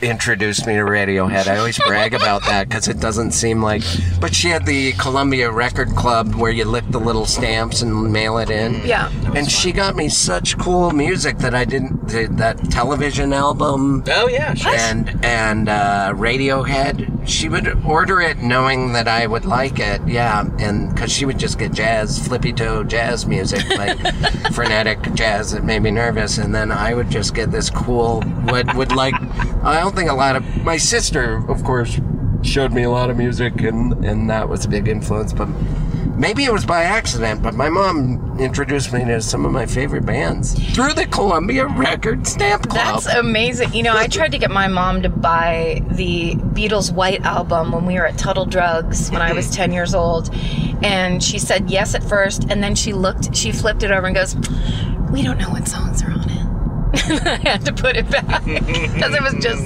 [SPEAKER 4] introduced me to Radiohead. I always brag about that because it doesn't seem like. But she had the Columbia Record Club where you lick the little stamps and mail it in.
[SPEAKER 5] Yeah.
[SPEAKER 4] And she got me such cool music that I didn't the- that television album
[SPEAKER 7] oh yeah, sure.
[SPEAKER 4] and and uh, Radiohead. She would order it knowing that I would like it. Yeah, and because she would just get jazz, flippy toe jazz music, like frenetic jazz that made me nervous, and then I would just get this cool. What would like? I don't think a lot of my sister, of course, showed me a lot of music, and and that was a big influence, but. Maybe it was by accident, but my mom introduced me to some of my favorite bands through the Columbia Record Stamp Club.
[SPEAKER 5] That's amazing. You know, I tried to get my mom to buy the Beatles White album when we were at Tuttle Drugs when I was 10 years old. And she said yes at first. And then she looked, she flipped it over and goes, We don't know what songs are on it. I had to put it back because it was just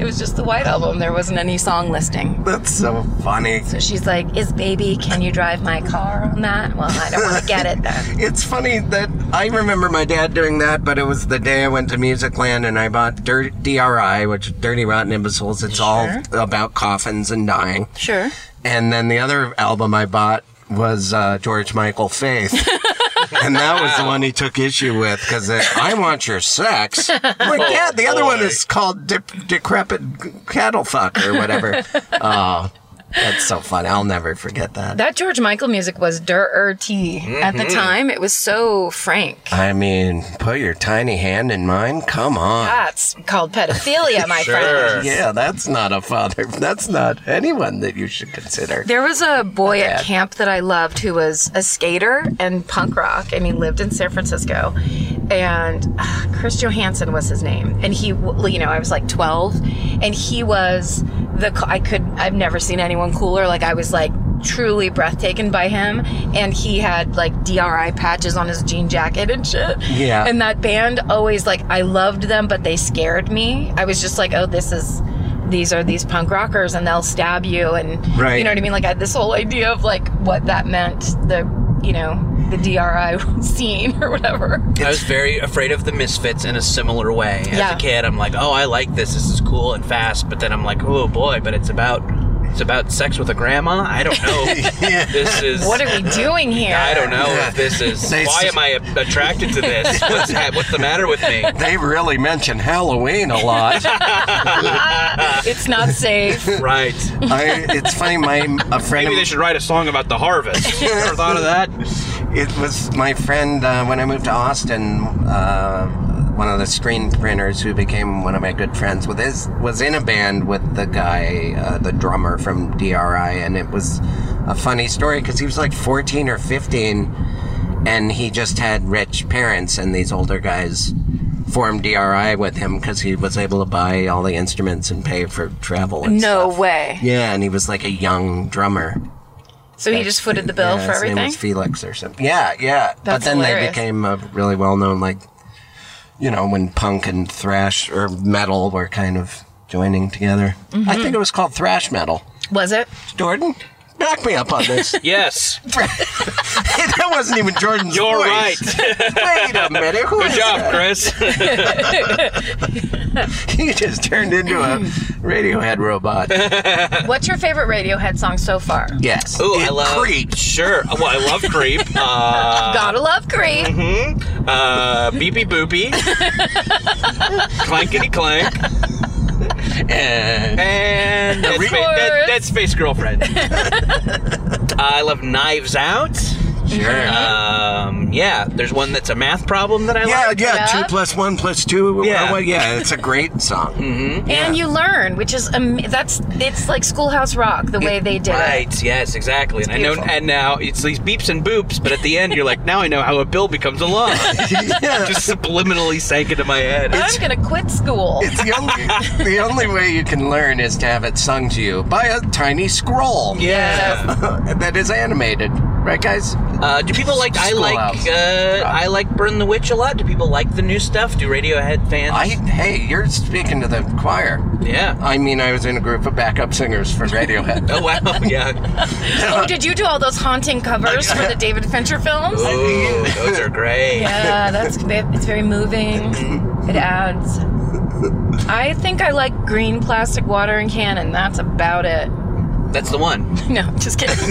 [SPEAKER 5] it was just the white album. There wasn't any song listing.
[SPEAKER 4] That's so funny.
[SPEAKER 5] So she's like, "Is baby? Can you drive my car on that?" Well, I don't want to get it then.
[SPEAKER 4] It's funny that I remember my dad doing that, but it was the day I went to Musicland and I bought Dirt, DRI, which is Dirty Rotten Imbeciles. It's all about coffins and dying.
[SPEAKER 5] Sure.
[SPEAKER 4] And then the other album I bought was uh, George Michael Faith. and that was the one he took issue with because I want your sex. I'm like, yeah, the other one is called Dep Decrepit Cattle Fuck or whatever. oh, that's so fun. I'll never forget that.
[SPEAKER 5] That George Michael music was dirty at the time. It was so frank.
[SPEAKER 4] I mean, put your tiny hand in mine. Come on.
[SPEAKER 5] That's called pedophilia, my friend.
[SPEAKER 4] Yeah, that's not a father. That's not anyone that you should consider.
[SPEAKER 5] There was a boy at camp that I loved who was a skater and punk rock, and he lived in San Francisco. And uh, Chris Johansson was his name, and he, w- you know, I was like 12, and he was the co- I could I've never seen anyone cooler. Like I was like truly breathtaken by him, and he had like DRI patches on his jean jacket and shit.
[SPEAKER 4] Yeah.
[SPEAKER 5] And that band always like I loved them, but they scared me. I was just like, oh, this is. These are these punk rockers, and they'll stab you, and
[SPEAKER 4] Right.
[SPEAKER 5] you know what I mean? Like I had this whole idea of like what that meant, the you know, the DRI scene or whatever.
[SPEAKER 7] I was very afraid of the Misfits in a similar way. As
[SPEAKER 5] Yeah.
[SPEAKER 7] a kid, I'm like, oh, I like this. This is cool and fast. But then I'm like, oh boy, but it's about it's about sex with a grandma. I don't know. This is
[SPEAKER 5] What are we doing here?
[SPEAKER 7] I don't know if this is.
[SPEAKER 4] They-
[SPEAKER 7] Why am I attracted to this? What's ha- what's the matter with me?
[SPEAKER 4] They really mention Halloween a lot.
[SPEAKER 5] It's not safe.
[SPEAKER 7] Right.
[SPEAKER 4] I, it's funny, my a friend
[SPEAKER 7] Maybe
[SPEAKER 4] of
[SPEAKER 7] they should write a song about the harvest. Ever thought of that?
[SPEAKER 4] it was my friend uh, when I moved to Austin. Uh, one of the screen printers who became one of my good friends with his was in a band with the guy, uh, the drummer from DRI, and it was a funny story because he was like 14 or 15, and he just had rich parents, and these older guys formed DRI with him because he was able to buy all the instruments and pay for travel. And
[SPEAKER 5] No
[SPEAKER 4] stuff.
[SPEAKER 5] way.
[SPEAKER 4] Yeah, and he was like a young drummer.
[SPEAKER 5] So he just footed the bill
[SPEAKER 4] Yeah,
[SPEAKER 5] for
[SPEAKER 4] his
[SPEAKER 5] everything.
[SPEAKER 4] Name was Felix or something. Yeah, yeah. but
[SPEAKER 5] That's
[SPEAKER 4] then they
[SPEAKER 5] hilarious.
[SPEAKER 4] became uh, really well known. Like, you know, when punk and thrash or metal were kind of joining together. I
[SPEAKER 5] Mm-hmm.
[SPEAKER 4] think it was called thrash metal.
[SPEAKER 5] Was it?
[SPEAKER 4] Jordan, knock me up on this.
[SPEAKER 7] Yes.
[SPEAKER 4] that wasn't even Jordan's
[SPEAKER 7] You're
[SPEAKER 4] voice.
[SPEAKER 7] right.
[SPEAKER 4] Wait a minute. Who
[SPEAKER 7] Good
[SPEAKER 4] is
[SPEAKER 7] job,
[SPEAKER 4] that?
[SPEAKER 7] Chris.
[SPEAKER 4] He just turned into a Radiohead robot.
[SPEAKER 5] What's your favorite Radiohead song so far?
[SPEAKER 4] Yes.
[SPEAKER 7] Ooh, I
[SPEAKER 4] It
[SPEAKER 7] love
[SPEAKER 4] creeped.
[SPEAKER 7] Sure. Oh, Well, I love creep. Uh,
[SPEAKER 5] Gotta love Creep.
[SPEAKER 7] uh, beepy boopy. Clankety clank.
[SPEAKER 4] And
[SPEAKER 7] And that's, fa-
[SPEAKER 5] course.
[SPEAKER 7] that, that's Space Girlfriend. Uh, I love Knives Out.
[SPEAKER 4] sure.
[SPEAKER 7] Um, yeah, there's one that's a math problem that I
[SPEAKER 4] yeah,
[SPEAKER 7] like.
[SPEAKER 4] yeah,
[SPEAKER 5] Yeah.
[SPEAKER 4] Two plus one plus two.
[SPEAKER 7] Yeah.
[SPEAKER 4] well, yeah. It's a great song.
[SPEAKER 5] And you learn, which is am- that's it's like Schoolhouse Rock the way they did it.
[SPEAKER 7] Right. Yes. Exactly. and I know.
[SPEAKER 5] beautiful.
[SPEAKER 7] And now it's these beeps and boops, but at the end you're like, now I know how a bill becomes a law.
[SPEAKER 4] Yeah.
[SPEAKER 7] Just subliminally sank into my head.
[SPEAKER 5] I'm gonna quit school.
[SPEAKER 4] It's the only the only way you can learn is to have it sung to you by a tiny scroll
[SPEAKER 7] Yeah.
[SPEAKER 4] that is animated, right, guys?
[SPEAKER 7] Uh, do people like? I like.
[SPEAKER 4] Schoolhouse.
[SPEAKER 7] Uh, I like Burn the Witch a lot. Do people like the new stuff? Do Radiohead fans?
[SPEAKER 4] I hey, you're speaking to the choir.
[SPEAKER 7] yeah.
[SPEAKER 4] I mean, I was in a group of backup singers for Radiohead.
[SPEAKER 7] Oh wow. Yeah.
[SPEAKER 5] oh, did you do all those haunting covers for the David Fincher films?
[SPEAKER 7] Ooh, those are great.
[SPEAKER 5] Yeah, that's it's very moving. It adds. I think I like green plastic watering can, and that's about it.
[SPEAKER 7] That's the one.
[SPEAKER 5] No, just kidding.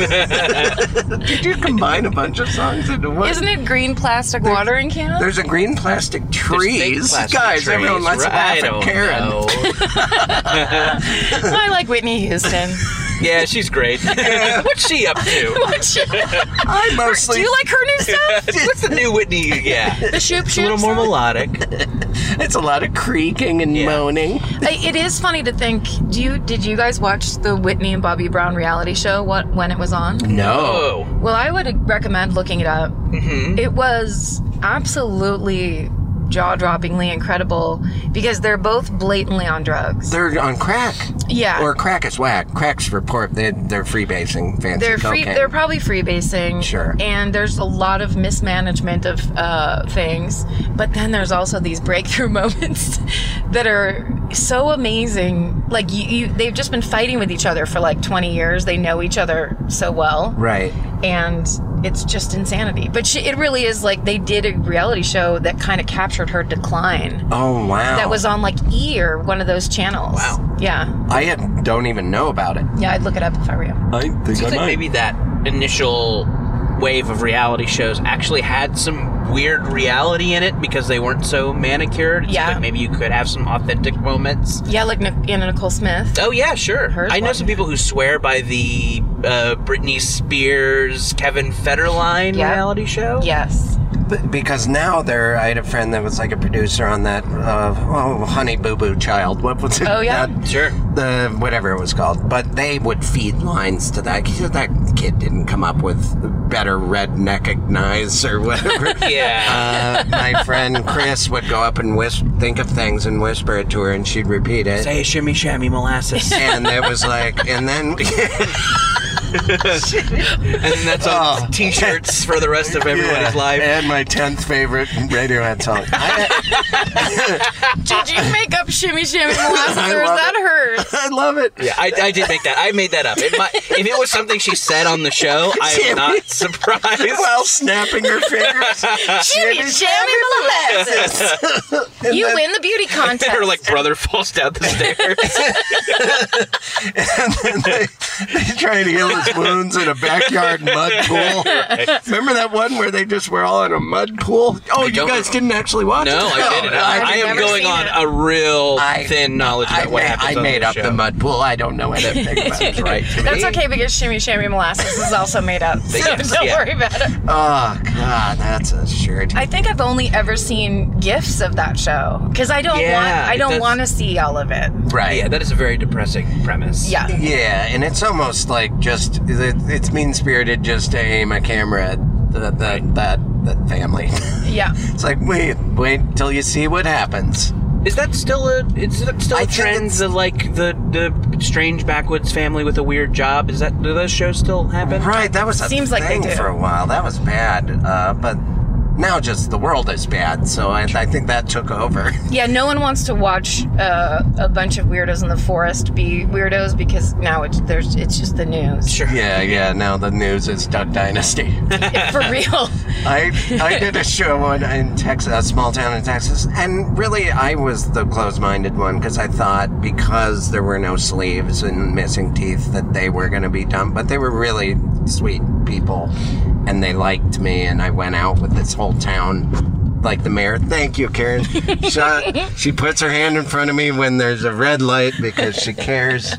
[SPEAKER 4] Did you combine a bunch of songs into one?
[SPEAKER 5] Isn't it green plastic watering can?
[SPEAKER 4] There's a green plastic
[SPEAKER 7] There's big
[SPEAKER 4] trees,
[SPEAKER 7] plastic
[SPEAKER 4] guys.
[SPEAKER 7] trees,
[SPEAKER 4] Everyone let's
[SPEAKER 7] right? I
[SPEAKER 4] laugh at
[SPEAKER 7] don't
[SPEAKER 4] Karen.
[SPEAKER 7] know.
[SPEAKER 5] I like Whitney Houston.
[SPEAKER 7] yeah, she's great. What's she up to?
[SPEAKER 5] Which-
[SPEAKER 4] I
[SPEAKER 5] Do
[SPEAKER 4] mostly
[SPEAKER 5] you like her new stuff?
[SPEAKER 7] What's the new Whitney? Yeah.
[SPEAKER 5] The shoop
[SPEAKER 7] A
[SPEAKER 5] shoop.
[SPEAKER 7] little more
[SPEAKER 5] song?
[SPEAKER 7] melodic.
[SPEAKER 4] it's a lot of creaking and
[SPEAKER 7] Yeah.
[SPEAKER 4] moaning.
[SPEAKER 5] I- It is funny to think. Do you did you guys watch the Whitney and Bobby Brown reality show? What when it was on?
[SPEAKER 4] No,
[SPEAKER 7] Oh.
[SPEAKER 5] Well, I would recommend looking it up.
[SPEAKER 4] Mm-hmm.
[SPEAKER 5] It was absolutely jaw-droppingly incredible because they're both blatantly on drugs.
[SPEAKER 4] they're on crack.
[SPEAKER 5] yeah,
[SPEAKER 4] Or crack is whack. Cracks report they, they're freebasing fancy
[SPEAKER 5] they're free.
[SPEAKER 4] cocaine.
[SPEAKER 5] They're probably freebasing.
[SPEAKER 4] Sure.
[SPEAKER 5] And there's a lot of mismanagement of uh, things, but then there's also these breakthrough moments that are so amazing. Like you, you, they've just been fighting with each other for like 20 years. They know each other so well.
[SPEAKER 4] right.
[SPEAKER 5] and it's just insanity. But she, it really is like they did a reality show that kind of captured her decline.
[SPEAKER 4] Oh wow.
[SPEAKER 5] That was on like E or one of those channels.
[SPEAKER 7] Wow.
[SPEAKER 5] Yeah.
[SPEAKER 4] I had- don't even know about it.
[SPEAKER 5] Yeah, I'd look it up if I were you.
[SPEAKER 4] I think
[SPEAKER 7] Seems like maybe that initial wave of reality shows actually had some weird reality in it because they weren't so manicured. It seems
[SPEAKER 5] Yeah.
[SPEAKER 7] Like maybe you could have some authentic moments.
[SPEAKER 5] Yeah, like Nic- Anna Nicole Smith.
[SPEAKER 7] Oh yeah, sure.
[SPEAKER 5] Hers
[SPEAKER 7] I know
[SPEAKER 5] was.
[SPEAKER 7] some people who swear by the uh, Britney Spears, Kevin Federline
[SPEAKER 5] Yeah.
[SPEAKER 7] reality show.
[SPEAKER 5] Yes.
[SPEAKER 4] because now there, I had a friend that was like a producer on that. Uh, oh, Honey Boo Boo Child. What was it?
[SPEAKER 5] Oh, yeah.
[SPEAKER 4] That-
[SPEAKER 7] Sure.
[SPEAKER 4] the whatever it was called, but they would feed lines to that. kid. That kid didn't come up with better redneck knives or whatever.
[SPEAKER 7] Yeah.
[SPEAKER 4] Uh, my friend Chris would go up and whisper, think of things and whisper it to her, and she'd repeat it.
[SPEAKER 7] Say shimmy shammy molasses.
[SPEAKER 4] and it was like, and then
[SPEAKER 7] and then that's on t-shirts for the rest of everybody's
[SPEAKER 4] Oh. Yeah,
[SPEAKER 7] life.
[SPEAKER 4] And my 10th favorite Radiohead song. I,
[SPEAKER 5] Did you make up shimmy shimmy molasses,
[SPEAKER 4] I
[SPEAKER 5] or is
[SPEAKER 4] love
[SPEAKER 5] that hers?
[SPEAKER 4] I love it.
[SPEAKER 7] Yeah, I, I did make that. I made that up. It might, if it was something she said on the show, I am not surprised.
[SPEAKER 4] While snapping her fingers.
[SPEAKER 5] Shimmy shimmy molasses. you win the beauty contest.
[SPEAKER 7] Her like brother falls down the stairs.
[SPEAKER 4] and they, they try to heal his wounds in a backyard mud pool. Remember that one where they just were all in a mud pool? Oh, you
[SPEAKER 7] don't
[SPEAKER 4] guys didn't actually watch it? Oh,
[SPEAKER 7] No, I didn't. I,
[SPEAKER 4] I,
[SPEAKER 7] am
[SPEAKER 5] never
[SPEAKER 7] going
[SPEAKER 5] seen
[SPEAKER 7] on
[SPEAKER 5] it.
[SPEAKER 7] a real
[SPEAKER 4] I-
[SPEAKER 7] thin knowledge
[SPEAKER 4] I
[SPEAKER 7] about what
[SPEAKER 4] ma-
[SPEAKER 7] happens.
[SPEAKER 4] I
[SPEAKER 7] on
[SPEAKER 4] made
[SPEAKER 7] this
[SPEAKER 4] up
[SPEAKER 7] show.
[SPEAKER 4] the mud pool. I don't know anything about it.
[SPEAKER 7] right?
[SPEAKER 5] That's okay because shimmy shimmy molasses is also made up. So
[SPEAKER 7] Yes,
[SPEAKER 5] don't
[SPEAKER 7] yeah.
[SPEAKER 5] worry about it.
[SPEAKER 4] Oh, God, that's a shirt.
[SPEAKER 5] I think I've only ever seen gifs of that show because I don't
[SPEAKER 7] Yeah,
[SPEAKER 5] want I
[SPEAKER 7] it
[SPEAKER 5] don't
[SPEAKER 7] does-
[SPEAKER 5] want to see all of it.
[SPEAKER 4] right.
[SPEAKER 7] Yeah, that is a very depressing premise.
[SPEAKER 5] Yeah.
[SPEAKER 4] Yeah, and it's almost like just it, it's mean spirited just to aim a camera at that that that, that family.
[SPEAKER 5] Yeah.
[SPEAKER 4] it's like wait, wait till you see what happens.
[SPEAKER 7] Is that still a? Is that still
[SPEAKER 4] I
[SPEAKER 7] a
[SPEAKER 4] think
[SPEAKER 7] trend?
[SPEAKER 4] it's-
[SPEAKER 7] The like the the strange backwoods family with a weird job. Is that do those shows still happen?
[SPEAKER 4] Right, that was a
[SPEAKER 5] Seems like
[SPEAKER 4] thing
[SPEAKER 5] they do.
[SPEAKER 4] for a while. That was bad, uh, but now just the world is bad. So I, I think that took over.
[SPEAKER 5] Yeah, no one wants to watch uh, a bunch of weirdos in the forest be weirdos because now it's there's it's just the news. Sure.
[SPEAKER 4] yeah, yeah. Now the news is Duck Dynasty.
[SPEAKER 5] For real.
[SPEAKER 4] I I did a show on, in Texas, a small town in Texas, and really I was the closed-minded one because I thought because there were no sleeves and missing teeth that they were going to be dumb, but they were really sweet people, and they liked me, and I went out with this whole town. Like the mayor, thank you, Karen. Shot, she puts her hand in front of me when there's a red light because she cares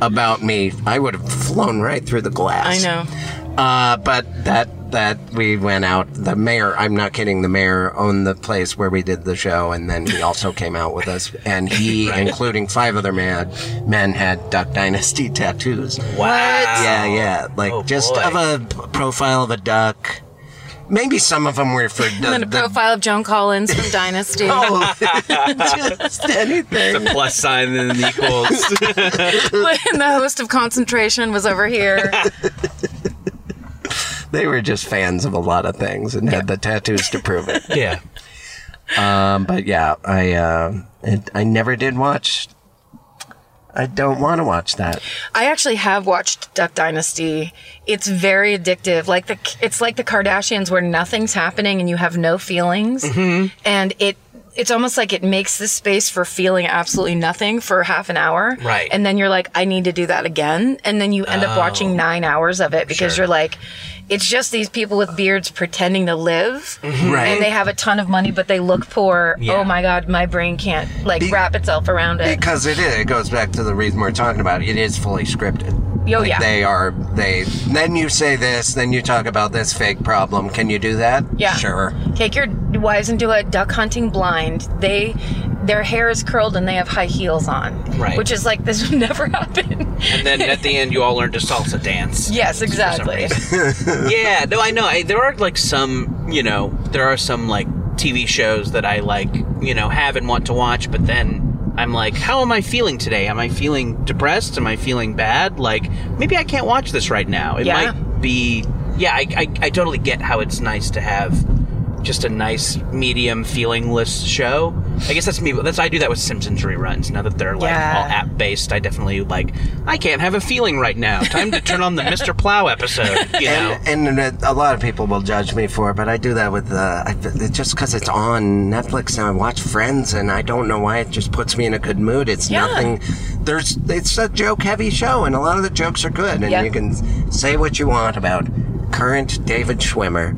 [SPEAKER 4] about me. I would have flown right through the glass.
[SPEAKER 5] I know.
[SPEAKER 4] Uh, but that that we went out. The mayor, I'm not kidding. The mayor owned the place where we did the show, and then he also came out with us. And he, including five other man, men, had Duck Dynasty tattoos.
[SPEAKER 7] Wow.
[SPEAKER 4] Yeah, yeah, like
[SPEAKER 7] Oh,
[SPEAKER 4] just
[SPEAKER 7] boy.
[SPEAKER 4] of a p- profile of a duck. Maybe some of them were for
[SPEAKER 5] And then a
[SPEAKER 4] the,
[SPEAKER 5] profile of Joan Collins from Dynasty.
[SPEAKER 4] Oh, just anything.
[SPEAKER 7] Plus sign and then equals.
[SPEAKER 5] and the host of Concentration was over here.
[SPEAKER 4] They were just fans of a lot of things and had the tattoos to prove it.
[SPEAKER 7] yeah.
[SPEAKER 4] Um, but yeah, I uh, it, I never did watch. I don't want to watch that.
[SPEAKER 5] I actually have watched Duck Dynasty. It's very addictive. Like the it's like the Kardashians where nothing's happening and you have no feelings. And it it's almost like it makes this space for feeling absolutely nothing for half an hour.
[SPEAKER 7] Right.
[SPEAKER 5] And then you're like, I need to do that again. And then you end up watching nine hours of it because you're like, it's just these people with beards pretending to live. And they have a ton of money, but they look poor. Oh my God, my brain can't like wrap itself around it.
[SPEAKER 4] because it is. It goes back to the reason we're talking about. It, it is fully scripted.
[SPEAKER 5] Oh,
[SPEAKER 4] Like,
[SPEAKER 5] yeah.
[SPEAKER 4] They are. They then you say this, then you talk about this fake problem. Can you do that?
[SPEAKER 5] Yeah.
[SPEAKER 4] Sure.
[SPEAKER 5] Take your wives and do a duck hunting blind. They, their hair is curled and they have high heels on.
[SPEAKER 7] Right.
[SPEAKER 5] Which is like this would never happen.
[SPEAKER 7] And then at the end, you all learn to salsa dance.
[SPEAKER 5] yes, exactly.
[SPEAKER 7] yeah, no, I know. I, there are like some, you know, there are some like TV shows that I like, you know, have and want to watch, but then I'm like, how am I feeling today? Am I feeling depressed? Am I feeling bad? Like, maybe I can't watch this right now. It
[SPEAKER 5] Yeah.
[SPEAKER 7] might be. Yeah, I, I, I totally get how it's nice to have just a nice medium feelingless show. I guess that's me. That's I do that with Simpsons reruns. Now that they're like
[SPEAKER 5] Yeah.
[SPEAKER 7] all app based, I definitely like. I can't have a feeling right now. Time to turn on the Mr. Plow episode. You know.
[SPEAKER 4] And, and a lot of people will judge me for it, but I do that with uh, I, it's just because it's on Netflix and I watch Friends, and I don't know why it just puts me in a good mood. It's
[SPEAKER 5] Yeah.
[SPEAKER 4] nothing. There's it's a joke heavy show, and a lot of the jokes are good, and
[SPEAKER 5] Yeah.
[SPEAKER 4] you can say what you want about current David Schwimmer,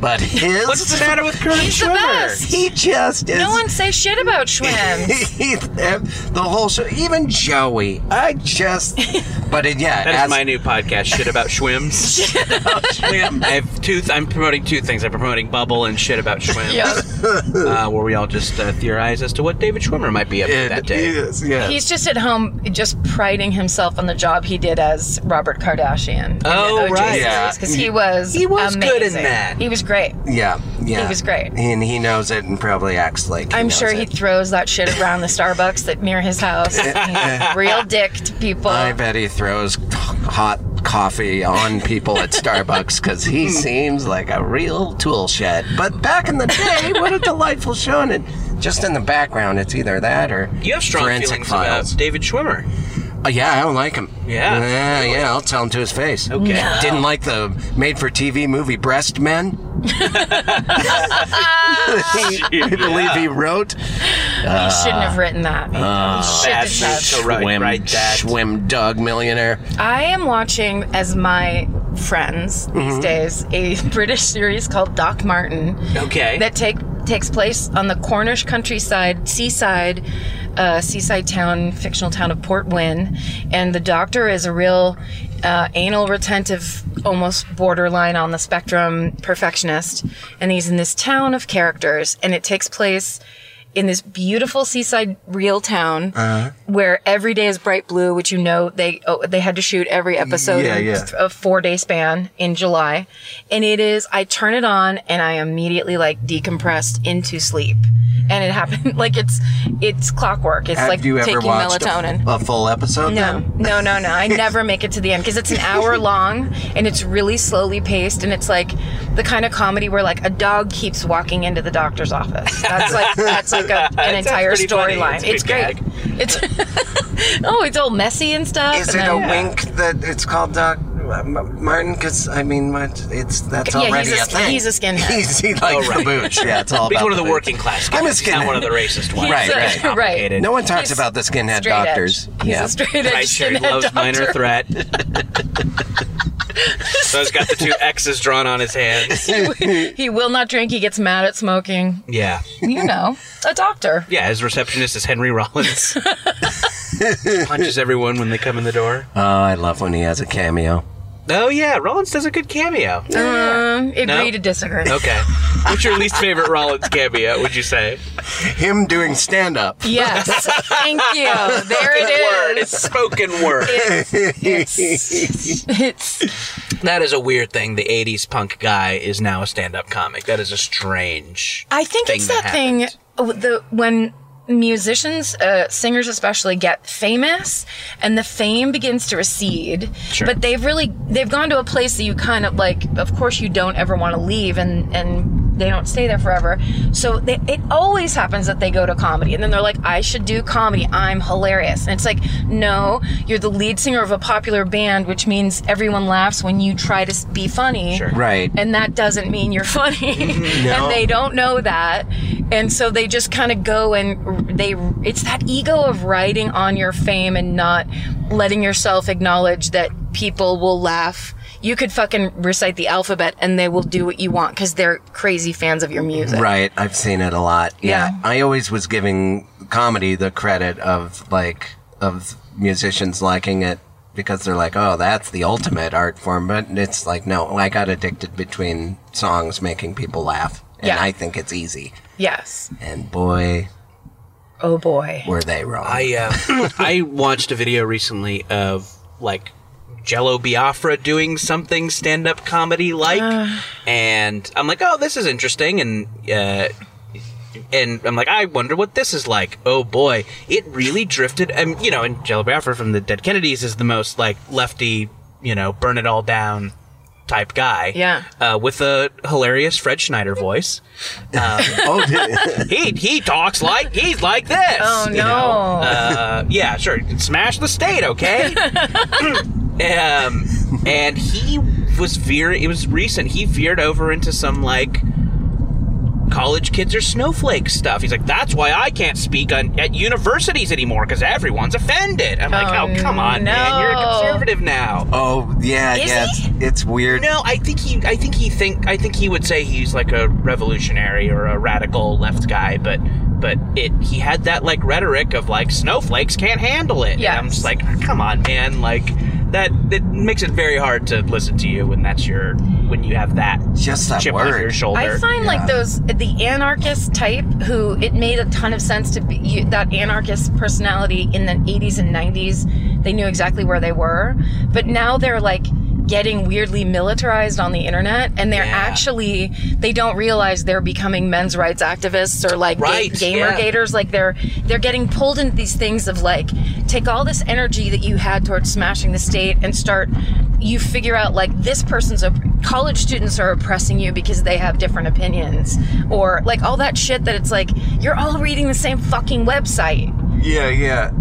[SPEAKER 4] but his
[SPEAKER 7] What's the matter with Colonel
[SPEAKER 5] He's the best.
[SPEAKER 4] he just is.
[SPEAKER 5] No one say shit about Schwims.
[SPEAKER 4] he- the whole show, even Joey. I just, but it, yeah,
[SPEAKER 7] That
[SPEAKER 4] as-
[SPEAKER 7] is my new podcast, Shit About Schwims. shit about Schwim. I have two. Th- I'm promoting two things. I'm promoting Bubble and Shit About Schwim,
[SPEAKER 5] yeah.
[SPEAKER 7] uh, where we all just uh, theorize as to what David Schwimmer might be up to
[SPEAKER 4] it
[SPEAKER 7] that day.
[SPEAKER 4] is, yeah.
[SPEAKER 5] He's just at home, just priding himself on the job he did as Robert Kardashian.
[SPEAKER 7] Oh, right. Yeah.
[SPEAKER 5] Because he was
[SPEAKER 7] He was good in
[SPEAKER 5] amazing.
[SPEAKER 7] that.
[SPEAKER 5] He was great.
[SPEAKER 4] Yeah, yeah.
[SPEAKER 5] He was great.
[SPEAKER 4] And he knows it and probably acts like he
[SPEAKER 5] I'm
[SPEAKER 4] knows
[SPEAKER 5] sure he
[SPEAKER 4] it.
[SPEAKER 5] throws that shit around the Starbucks that near his house. He's a real dick to people.
[SPEAKER 4] I bet he throws hot coffee on people at Starbucks because he seems like a real tool shed. But back in the day, what a delightful show! And it, just in the background, it's either that or
[SPEAKER 7] You have strong
[SPEAKER 4] forensic
[SPEAKER 7] feelings
[SPEAKER 4] files.
[SPEAKER 7] about David Schwimmer.
[SPEAKER 4] Oh, yeah, I don't like him.
[SPEAKER 7] Yeah.
[SPEAKER 4] yeah, yeah. I'll tell him to his face.
[SPEAKER 7] Okay. No.
[SPEAKER 4] Didn't like the made-for-TV movie Breast Men. I believe he wrote.
[SPEAKER 5] you shouldn't have written that. You
[SPEAKER 7] Bad
[SPEAKER 5] shouldn't have.
[SPEAKER 7] So right,
[SPEAKER 4] Swim,
[SPEAKER 7] right, that.
[SPEAKER 4] swim dog millionaire.
[SPEAKER 5] I am watching as my friends these days a British series called Doc Martin
[SPEAKER 7] Okay.
[SPEAKER 5] that take takes place on the Cornish countryside, seaside, uh, seaside town, fictional town of Port Wynn, and the doctor is a real uh, anal retentive, almost borderline on the spectrum perfectionist, and he's in this town of characters, and it takes place. In this beautiful seaside real town, where every day is bright blue, which you know they oh, they had to shoot every episode
[SPEAKER 4] Yeah,
[SPEAKER 5] in
[SPEAKER 4] yeah.
[SPEAKER 5] a four day span in July, and it is I turn it on and I immediately like decompressed into sleep, and it happened like it's it's clockwork. It's
[SPEAKER 4] Have
[SPEAKER 5] like
[SPEAKER 4] you ever
[SPEAKER 5] taking
[SPEAKER 4] watched a-
[SPEAKER 5] melatonin.
[SPEAKER 4] A, full episode?
[SPEAKER 5] no, no, no, no. I never make it to the end because it's an hour long and it's really slowly paced and it's like the kind of comedy where like a dog keeps walking into the doctor's office. That's like that's like a, an
[SPEAKER 7] That sounds
[SPEAKER 5] entire
[SPEAKER 7] pretty funny.
[SPEAKER 5] storyline. It's,
[SPEAKER 7] It's a
[SPEAKER 5] great.
[SPEAKER 7] good
[SPEAKER 5] It's oh, it's all messy and stuff.
[SPEAKER 4] Is
[SPEAKER 5] and
[SPEAKER 4] it
[SPEAKER 5] then-
[SPEAKER 4] a wink that it's called Doc Martin? Because I mean, what- it's that's
[SPEAKER 5] Yeah, he's
[SPEAKER 4] already
[SPEAKER 5] a-
[SPEAKER 4] thing.
[SPEAKER 5] he's a skinhead.
[SPEAKER 4] He's he likes the boots. Yeah, it's all.
[SPEAKER 7] He's
[SPEAKER 4] about
[SPEAKER 7] one of the
[SPEAKER 4] boots.
[SPEAKER 7] working class guys.
[SPEAKER 4] I'm a
[SPEAKER 7] He's not
[SPEAKER 4] skinhead.
[SPEAKER 7] one of the racist ones.
[SPEAKER 4] Right,
[SPEAKER 5] So-
[SPEAKER 4] right.
[SPEAKER 5] right.
[SPEAKER 4] No one talks
[SPEAKER 5] He's
[SPEAKER 4] about the skinhead
[SPEAKER 5] straight edge.
[SPEAKER 4] doctors.
[SPEAKER 5] He's
[SPEAKER 4] yeah.
[SPEAKER 5] a straight edge
[SPEAKER 7] Right, sure. He
[SPEAKER 5] skinhead
[SPEAKER 7] loves minor
[SPEAKER 5] doctor.
[SPEAKER 7] threat. so he's got the two X's drawn on his hands.
[SPEAKER 5] He will not drink. He gets mad at smoking.
[SPEAKER 7] Yeah.
[SPEAKER 5] You know, a doctor.
[SPEAKER 7] Yeah, his receptionist is Henry Rollins. Punches everyone when they come in the door.
[SPEAKER 4] oh, I love when he has a cameo.
[SPEAKER 7] Oh, yeah. Rollins does a good cameo.
[SPEAKER 5] Um, agree
[SPEAKER 7] No.
[SPEAKER 5] to disagree.
[SPEAKER 7] Okay. What's your least favorite Rollins cameo, would you say?
[SPEAKER 4] Him doing stand up.
[SPEAKER 5] Yes. Thank you. There
[SPEAKER 7] Word.
[SPEAKER 5] it
[SPEAKER 7] It's
[SPEAKER 5] is.
[SPEAKER 7] spoken word.
[SPEAKER 5] It's, it's
[SPEAKER 7] That is a weird thing. The 80s punk guy is now a stand up comic. That is a strange.
[SPEAKER 5] I think
[SPEAKER 7] Thing
[SPEAKER 5] it's
[SPEAKER 7] that
[SPEAKER 5] that, thing
[SPEAKER 7] happened.
[SPEAKER 5] oh, the when musicians uh, singers especially get famous and the fame begins to recede but they've really they've gone to a place that you kind of like of course you don't ever want to leave and and they don't stay there forever so they, it always happens that they go to comedy and then they're like i should do comedy i'm hilarious and it's like no you're the lead singer of a popular band which means everyone laughs when you try to s- be funny
[SPEAKER 7] Sure.
[SPEAKER 4] Right.
[SPEAKER 5] and that doesn't mean you're funny and they don't know that and so they just kind of go and they it's that ego of riding on your fame and not letting yourself acknowledge that people will laugh you could fucking recite the alphabet and they will do what you want because they're crazy fans of your music
[SPEAKER 4] Right, I've seen it a lot. Yeah.
[SPEAKER 5] Yeah.
[SPEAKER 4] I always was giving comedy the credit of like of musicians liking it because they're like, "Oh, that's the ultimate art form." But it's like, no, I got addicted between songs making people laugh, and
[SPEAKER 5] Yeah.
[SPEAKER 4] I think it's easy.
[SPEAKER 5] yes
[SPEAKER 4] And boy,
[SPEAKER 5] oh boy
[SPEAKER 4] were they wrong.
[SPEAKER 7] I uh, I watched a video recently of like Jello Biafra doing something stand up comedy like, and I'm like, oh, this is interesting, and uh, and I'm like, I wonder what this is like. Oh boy, it really drifted. And you know, and Jello Biafra from the Dead Kennedys is the most like lefty, you know, burn it all down type guy.
[SPEAKER 5] Yeah.
[SPEAKER 7] uh, with a hilarious Fred Schneider voice.
[SPEAKER 4] oh, did-
[SPEAKER 7] He he talks like he's like this.
[SPEAKER 5] Oh,
[SPEAKER 7] you know?
[SPEAKER 5] no.
[SPEAKER 7] Uh, yeah, sure. Smash the state, okay? um, and he was veer. It was recent. He veered over into some like college kids are snowflakes stuff. He's like, that's why I can't speak on, at universities anymore because everyone's offended. I'm like,
[SPEAKER 5] Oh,
[SPEAKER 7] oh come on, man, you're a
[SPEAKER 5] no.
[SPEAKER 7] conservative now.
[SPEAKER 4] oh, yeah,
[SPEAKER 5] Is
[SPEAKER 4] yeah.
[SPEAKER 5] he?
[SPEAKER 4] It's, it's weird.
[SPEAKER 7] No, I think he. I think he think. I think he would say he's like a revolutionary or a radical left guy, but but it. He had that like rhetoric of like snowflakes can't handle it. Yeah, I'm just
[SPEAKER 5] Yes.
[SPEAKER 7] like, "Ah, come on, man. Like that. That makes it very hard to listen to you when that's your when you have that
[SPEAKER 4] Just that
[SPEAKER 7] chip on your
[SPEAKER 4] word.
[SPEAKER 7] shoulder.
[SPEAKER 5] I find
[SPEAKER 4] Yeah.
[SPEAKER 5] like those the anarchist type who it made a ton of sense to be you, that anarchist personality in the 80s and 90s. They knew exactly where they were, but now they're like getting weirdly militarized on the internet and they're actually they don't realize they're becoming men's rights activists or like
[SPEAKER 7] Right,
[SPEAKER 5] gamer
[SPEAKER 7] yeah.
[SPEAKER 5] gators like they're they're getting pulled into these things of like take all this energy that you had towards smashing the state and start you figure out like this person's a college students are oppressing you because they have different opinions or like all that shit that it's like you're all reading the same fucking website
[SPEAKER 4] Yeah, yeah.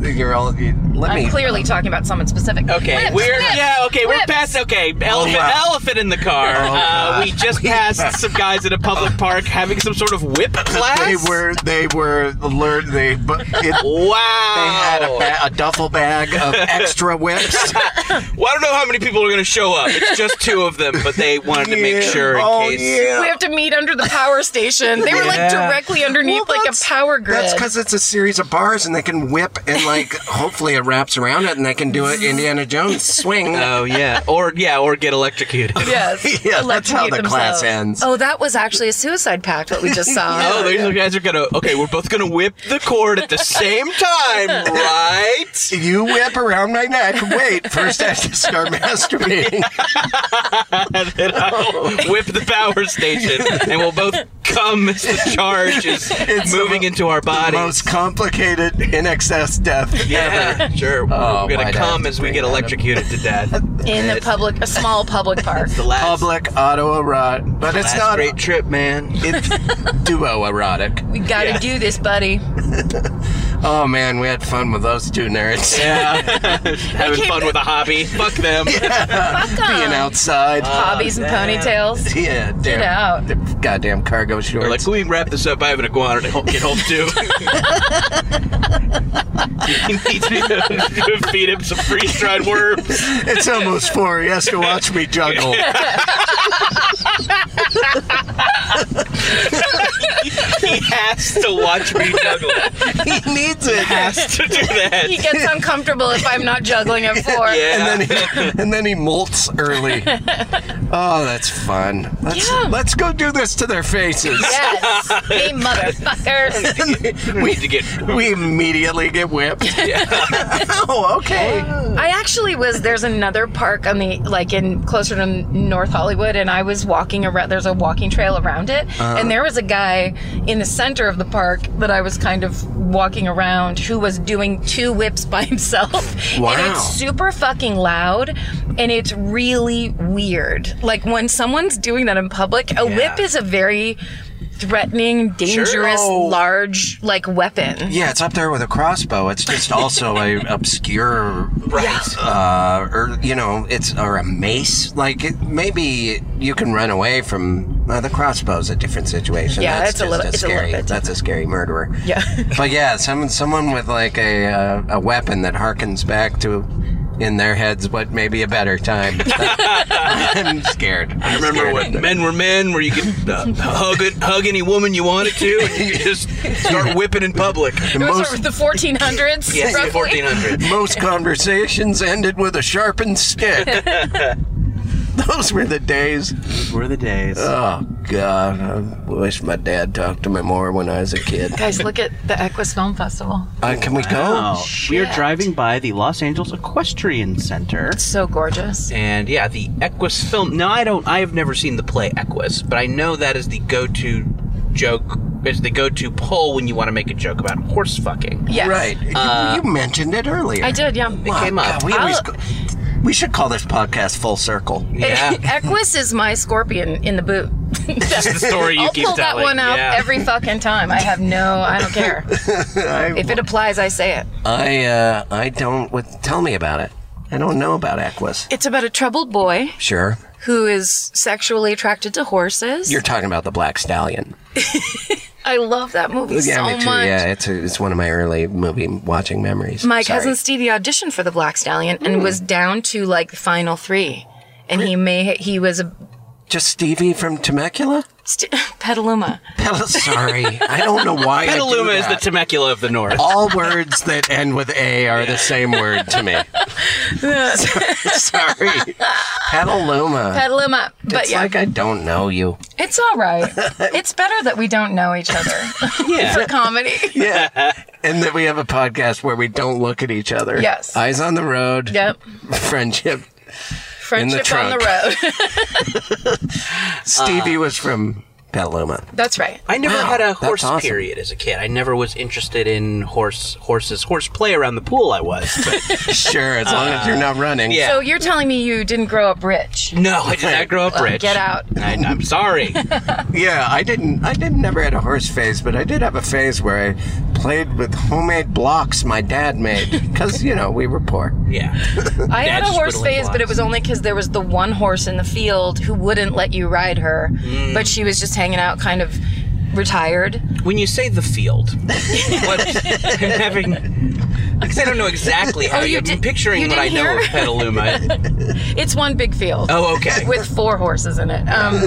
[SPEAKER 4] You're all. You, let
[SPEAKER 5] i'm
[SPEAKER 4] me.
[SPEAKER 5] clearly talking about someone specific
[SPEAKER 7] uh, Okay,
[SPEAKER 5] Whips,
[SPEAKER 7] we're
[SPEAKER 5] whips,
[SPEAKER 7] yeah. Okay, we're
[SPEAKER 5] whips.
[SPEAKER 7] past. Okay, elephant,
[SPEAKER 4] Oh, wow. Oh,
[SPEAKER 7] elephant in the car. uh,
[SPEAKER 4] God.
[SPEAKER 7] we just passed some guys in a public park having some sort of whip class.
[SPEAKER 4] They were. They were alert. They. But it,
[SPEAKER 7] Wow.
[SPEAKER 4] they had
[SPEAKER 7] Oh.
[SPEAKER 4] a, ba- a duffel bag of extra whips.
[SPEAKER 7] well, I don't know how many people are going to show up. It's just two of them, but they wanted to make
[SPEAKER 4] Yeah.
[SPEAKER 7] sure in
[SPEAKER 4] oh,
[SPEAKER 7] case.
[SPEAKER 4] Yeah.
[SPEAKER 5] we have to meet under the power station. They were like
[SPEAKER 7] Yeah.
[SPEAKER 5] directly underneath
[SPEAKER 4] Well,
[SPEAKER 5] like a
[SPEAKER 4] that's-
[SPEAKER 5] power grid.
[SPEAKER 4] That's because it's a series of bars, and they can whip and like hopefully it wraps around it, and they can do an Indiana Jones swing.
[SPEAKER 7] Oh yeah, or yeah, or get electrocuted.
[SPEAKER 5] yes.
[SPEAKER 4] Yeah, that's how
[SPEAKER 5] electrocute
[SPEAKER 4] the class
[SPEAKER 5] themselves.
[SPEAKER 4] ends.
[SPEAKER 5] Oh, that was actually a suicide pact what we just saw.
[SPEAKER 7] Oh, these guys are gonna. Okay, we're both gonna whip the cord at the same time, right?
[SPEAKER 4] You whip around my neck. Wait, first I have to start masturbating.
[SPEAKER 7] And then I'll whip the power station, and we'll both come as the charge is moving into our
[SPEAKER 4] The
[SPEAKER 7] bodies.
[SPEAKER 4] most complicated in excess death.
[SPEAKER 7] Yeah, sure. We're,
[SPEAKER 4] Oh,
[SPEAKER 7] we're gonna
[SPEAKER 4] why'd I have
[SPEAKER 7] come
[SPEAKER 4] to
[SPEAKER 7] as we
[SPEAKER 4] bring
[SPEAKER 7] get
[SPEAKER 4] that up?
[SPEAKER 7] electrocuted to death.
[SPEAKER 5] In a
[SPEAKER 7] It's
[SPEAKER 5] public, a small public park.
[SPEAKER 7] the last,
[SPEAKER 4] Public auto erotic, but it's
[SPEAKER 7] last
[SPEAKER 4] not
[SPEAKER 7] great trip, man.
[SPEAKER 4] it's duo erotic.
[SPEAKER 5] We gotta
[SPEAKER 7] Yeah.
[SPEAKER 5] do this, buddy.
[SPEAKER 4] Oh man, we had fun with those two nerds.
[SPEAKER 7] Yeah, having
[SPEAKER 5] came
[SPEAKER 7] fun
[SPEAKER 5] to-
[SPEAKER 7] with a hobby. Fuck them.
[SPEAKER 5] Fuck 'em.
[SPEAKER 4] Being outside.
[SPEAKER 7] Uh,
[SPEAKER 5] Hobbies and
[SPEAKER 7] man.
[SPEAKER 5] ponytails.
[SPEAKER 4] yeah, damn.
[SPEAKER 5] out.
[SPEAKER 4] the Goddamn cargo
[SPEAKER 7] They're
[SPEAKER 4] shorts.
[SPEAKER 7] like, we can wrap this up. I have an iguana to help get home too. he needs me to, to feed him some freeze-dried worms.
[SPEAKER 4] it's almost four. He has to watch me juggle.
[SPEAKER 7] He has to watch me juggle.
[SPEAKER 4] he needs it.
[SPEAKER 7] Has to do that.
[SPEAKER 5] He gets uncomfortable if I'm not juggling at four.
[SPEAKER 7] Yeah.
[SPEAKER 4] and then he, and then he molts early. Oh, that's fun. Let's
[SPEAKER 5] Yeah.
[SPEAKER 4] let's go do this to their faces.
[SPEAKER 5] Yes. Hey, motherfuckers.
[SPEAKER 7] we need to get.
[SPEAKER 4] We immediately get whipped. oh, okay.
[SPEAKER 5] I actually was. There's another park on the like in closer to North Hollywood, and I was walking around. There's a walking trail around it,
[SPEAKER 4] Uh-huh.
[SPEAKER 5] and there was a guy in the center of the park that I was kind of walking around who was doing two whips by himself. And
[SPEAKER 4] Wow.
[SPEAKER 5] it's super fucking loud, and it's really weird. Like when someone's doing that in public, a whip is a very threatening, dangerous,
[SPEAKER 4] Oh.
[SPEAKER 5] large like weapon.
[SPEAKER 4] Yeah, it's up there with a crossbow. It's just also a obscure, uh, or you know, it's or a mace. Like it, maybe you can run away from uh, the crossbow's a different situation.
[SPEAKER 5] Yeah,
[SPEAKER 4] that's
[SPEAKER 5] it's a
[SPEAKER 4] just
[SPEAKER 5] little- it's a little
[SPEAKER 4] scary.
[SPEAKER 5] bit
[SPEAKER 4] that's a scary murderer.
[SPEAKER 5] Yeah.
[SPEAKER 4] But yeah, someone someone with like a uh, a weapon that harkens back to in their heads what may be a better time. I'm scared. i
[SPEAKER 7] I remember when men were men, where you could uh, hug it, hug any woman you wanted to, and you could just start whipping in public.
[SPEAKER 5] Those
[SPEAKER 4] most
[SPEAKER 5] are the 1400s.
[SPEAKER 7] Yes,
[SPEAKER 5] roughly.
[SPEAKER 7] 1400.
[SPEAKER 4] most conversations ended with a sharpened stick. Those were the days.
[SPEAKER 6] Were the days.
[SPEAKER 4] Oh God, I wish my dad talked to me more when I was a kid.
[SPEAKER 5] Guys, look at the Equus Film Festival.
[SPEAKER 4] Uh, can we go?
[SPEAKER 6] Oh, we are driving by the Los Angeles Equestrian Center.
[SPEAKER 5] It's so gorgeous.
[SPEAKER 7] And yeah, the Equus film. No, I don't. I have never seen the play Equus, but I know that is the go-to joke. It's the go-to pull when you want to make a joke about horse fucking.
[SPEAKER 5] Yes. Uh,
[SPEAKER 4] Right. You- you, mentioned it earlier.
[SPEAKER 5] I did, yeah.
[SPEAKER 7] It came up.
[SPEAKER 4] God, we always
[SPEAKER 5] I'll-
[SPEAKER 4] go, we should call this podcast full circle.
[SPEAKER 7] yeah,
[SPEAKER 5] Equus is my scorpion in the boot.
[SPEAKER 7] the story you
[SPEAKER 5] I'll
[SPEAKER 7] keep
[SPEAKER 5] pull that
[SPEAKER 7] telling.
[SPEAKER 5] one out
[SPEAKER 7] Yeah.
[SPEAKER 5] every fucking time. I have no, I don't care. if it applies, I say it.
[SPEAKER 4] I uh, I don't. What, tell me about it. I don't know about Equus.
[SPEAKER 5] It's about a troubled boy
[SPEAKER 4] Sure.
[SPEAKER 5] who is sexually attracted to horses.
[SPEAKER 4] You're talking about the Black Stallion.
[SPEAKER 5] I love that movie so
[SPEAKER 4] me too.
[SPEAKER 5] much.
[SPEAKER 4] Yeah, it's a, it's one of my early movie watching memories.
[SPEAKER 5] My
[SPEAKER 4] Sorry. Hmm.
[SPEAKER 5] cousin Stevie auditioned for the Black Stallion and was down to like the final three. And he may he was a
[SPEAKER 4] just Stevie from Temecula.
[SPEAKER 5] st- Petaluma.
[SPEAKER 4] Pel- Sorry, I don't know why.
[SPEAKER 7] Petaluma
[SPEAKER 4] I do
[SPEAKER 7] is the
[SPEAKER 4] that.
[SPEAKER 7] Temecula of the North.
[SPEAKER 4] All words that end with A are the same word to me. Sorry, Petaluma.
[SPEAKER 5] Petaluma. But
[SPEAKER 4] it's
[SPEAKER 5] yeah,
[SPEAKER 4] like I don't know you.
[SPEAKER 5] It's all right. it's better that we don't know each other for comedy.
[SPEAKER 4] Yeah, and that we have a podcast where we don't look at each other.
[SPEAKER 5] Yes.
[SPEAKER 4] eyes on the road.
[SPEAKER 5] Yep.
[SPEAKER 4] friendship.
[SPEAKER 5] Friendship on the
[SPEAKER 4] trunk.
[SPEAKER 5] road.
[SPEAKER 4] Stevie was from Petaluma.
[SPEAKER 5] That's right.
[SPEAKER 7] I never had a horse
[SPEAKER 4] awesome.
[SPEAKER 7] period as a kid. I never was interested in horse horses horse play around the pool. I was. But
[SPEAKER 4] Sure, as long as you're not running.
[SPEAKER 7] yeah.
[SPEAKER 5] So you're telling me you didn't grow up rich?
[SPEAKER 7] no, I did not grow up rich.
[SPEAKER 5] Get out.
[SPEAKER 7] I, I'm sorry.
[SPEAKER 4] Yeah, I didn't. I didn't never had a horse phase, but I did have a phase where I played with homemade blocks my dad made because you know we were poor.
[SPEAKER 7] Yeah.
[SPEAKER 5] I had a
[SPEAKER 7] Dad's
[SPEAKER 5] horse
[SPEAKER 7] whittling
[SPEAKER 5] phase, but it
[SPEAKER 7] blocks.
[SPEAKER 5] was only because there was the one horse in the field who wouldn't let you ride her, but she was just hanging out, kind of retired.
[SPEAKER 7] When you say the field, what I'm having. Because I don't know exactly how
[SPEAKER 5] Oh, you
[SPEAKER 7] you are
[SPEAKER 5] did-
[SPEAKER 7] picturing
[SPEAKER 5] you
[SPEAKER 7] what I
[SPEAKER 5] didn't
[SPEAKER 7] know
[SPEAKER 5] hear?
[SPEAKER 7] of Petaluma.
[SPEAKER 5] It's one big field.
[SPEAKER 7] Oh, okay.
[SPEAKER 5] With four horses in it. Um,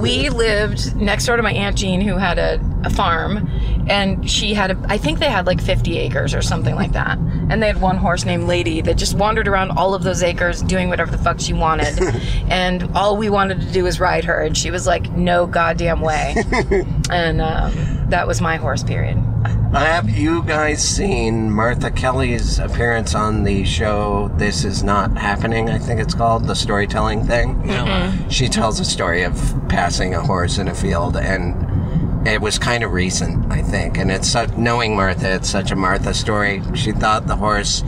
[SPEAKER 5] we lived next door to my aunt Jean, who had a, a farm, and she had a. I think they had like 50 acres or something like that, and they had one horse named Lady that just wandered around all of those acres doing whatever the fuck she wanted, and all we wanted to do was ride her, and she was like, "No goddamn way," and um, that was my horse period.
[SPEAKER 4] Have you guys seen Martha Kelly's appearance on the show This Is Not Happening? I think it's called the storytelling thing. She tells a story of passing a horse in a field, and it was kind of recent, I think. And it's such, knowing Martha, it's such a Martha story. She thought the horse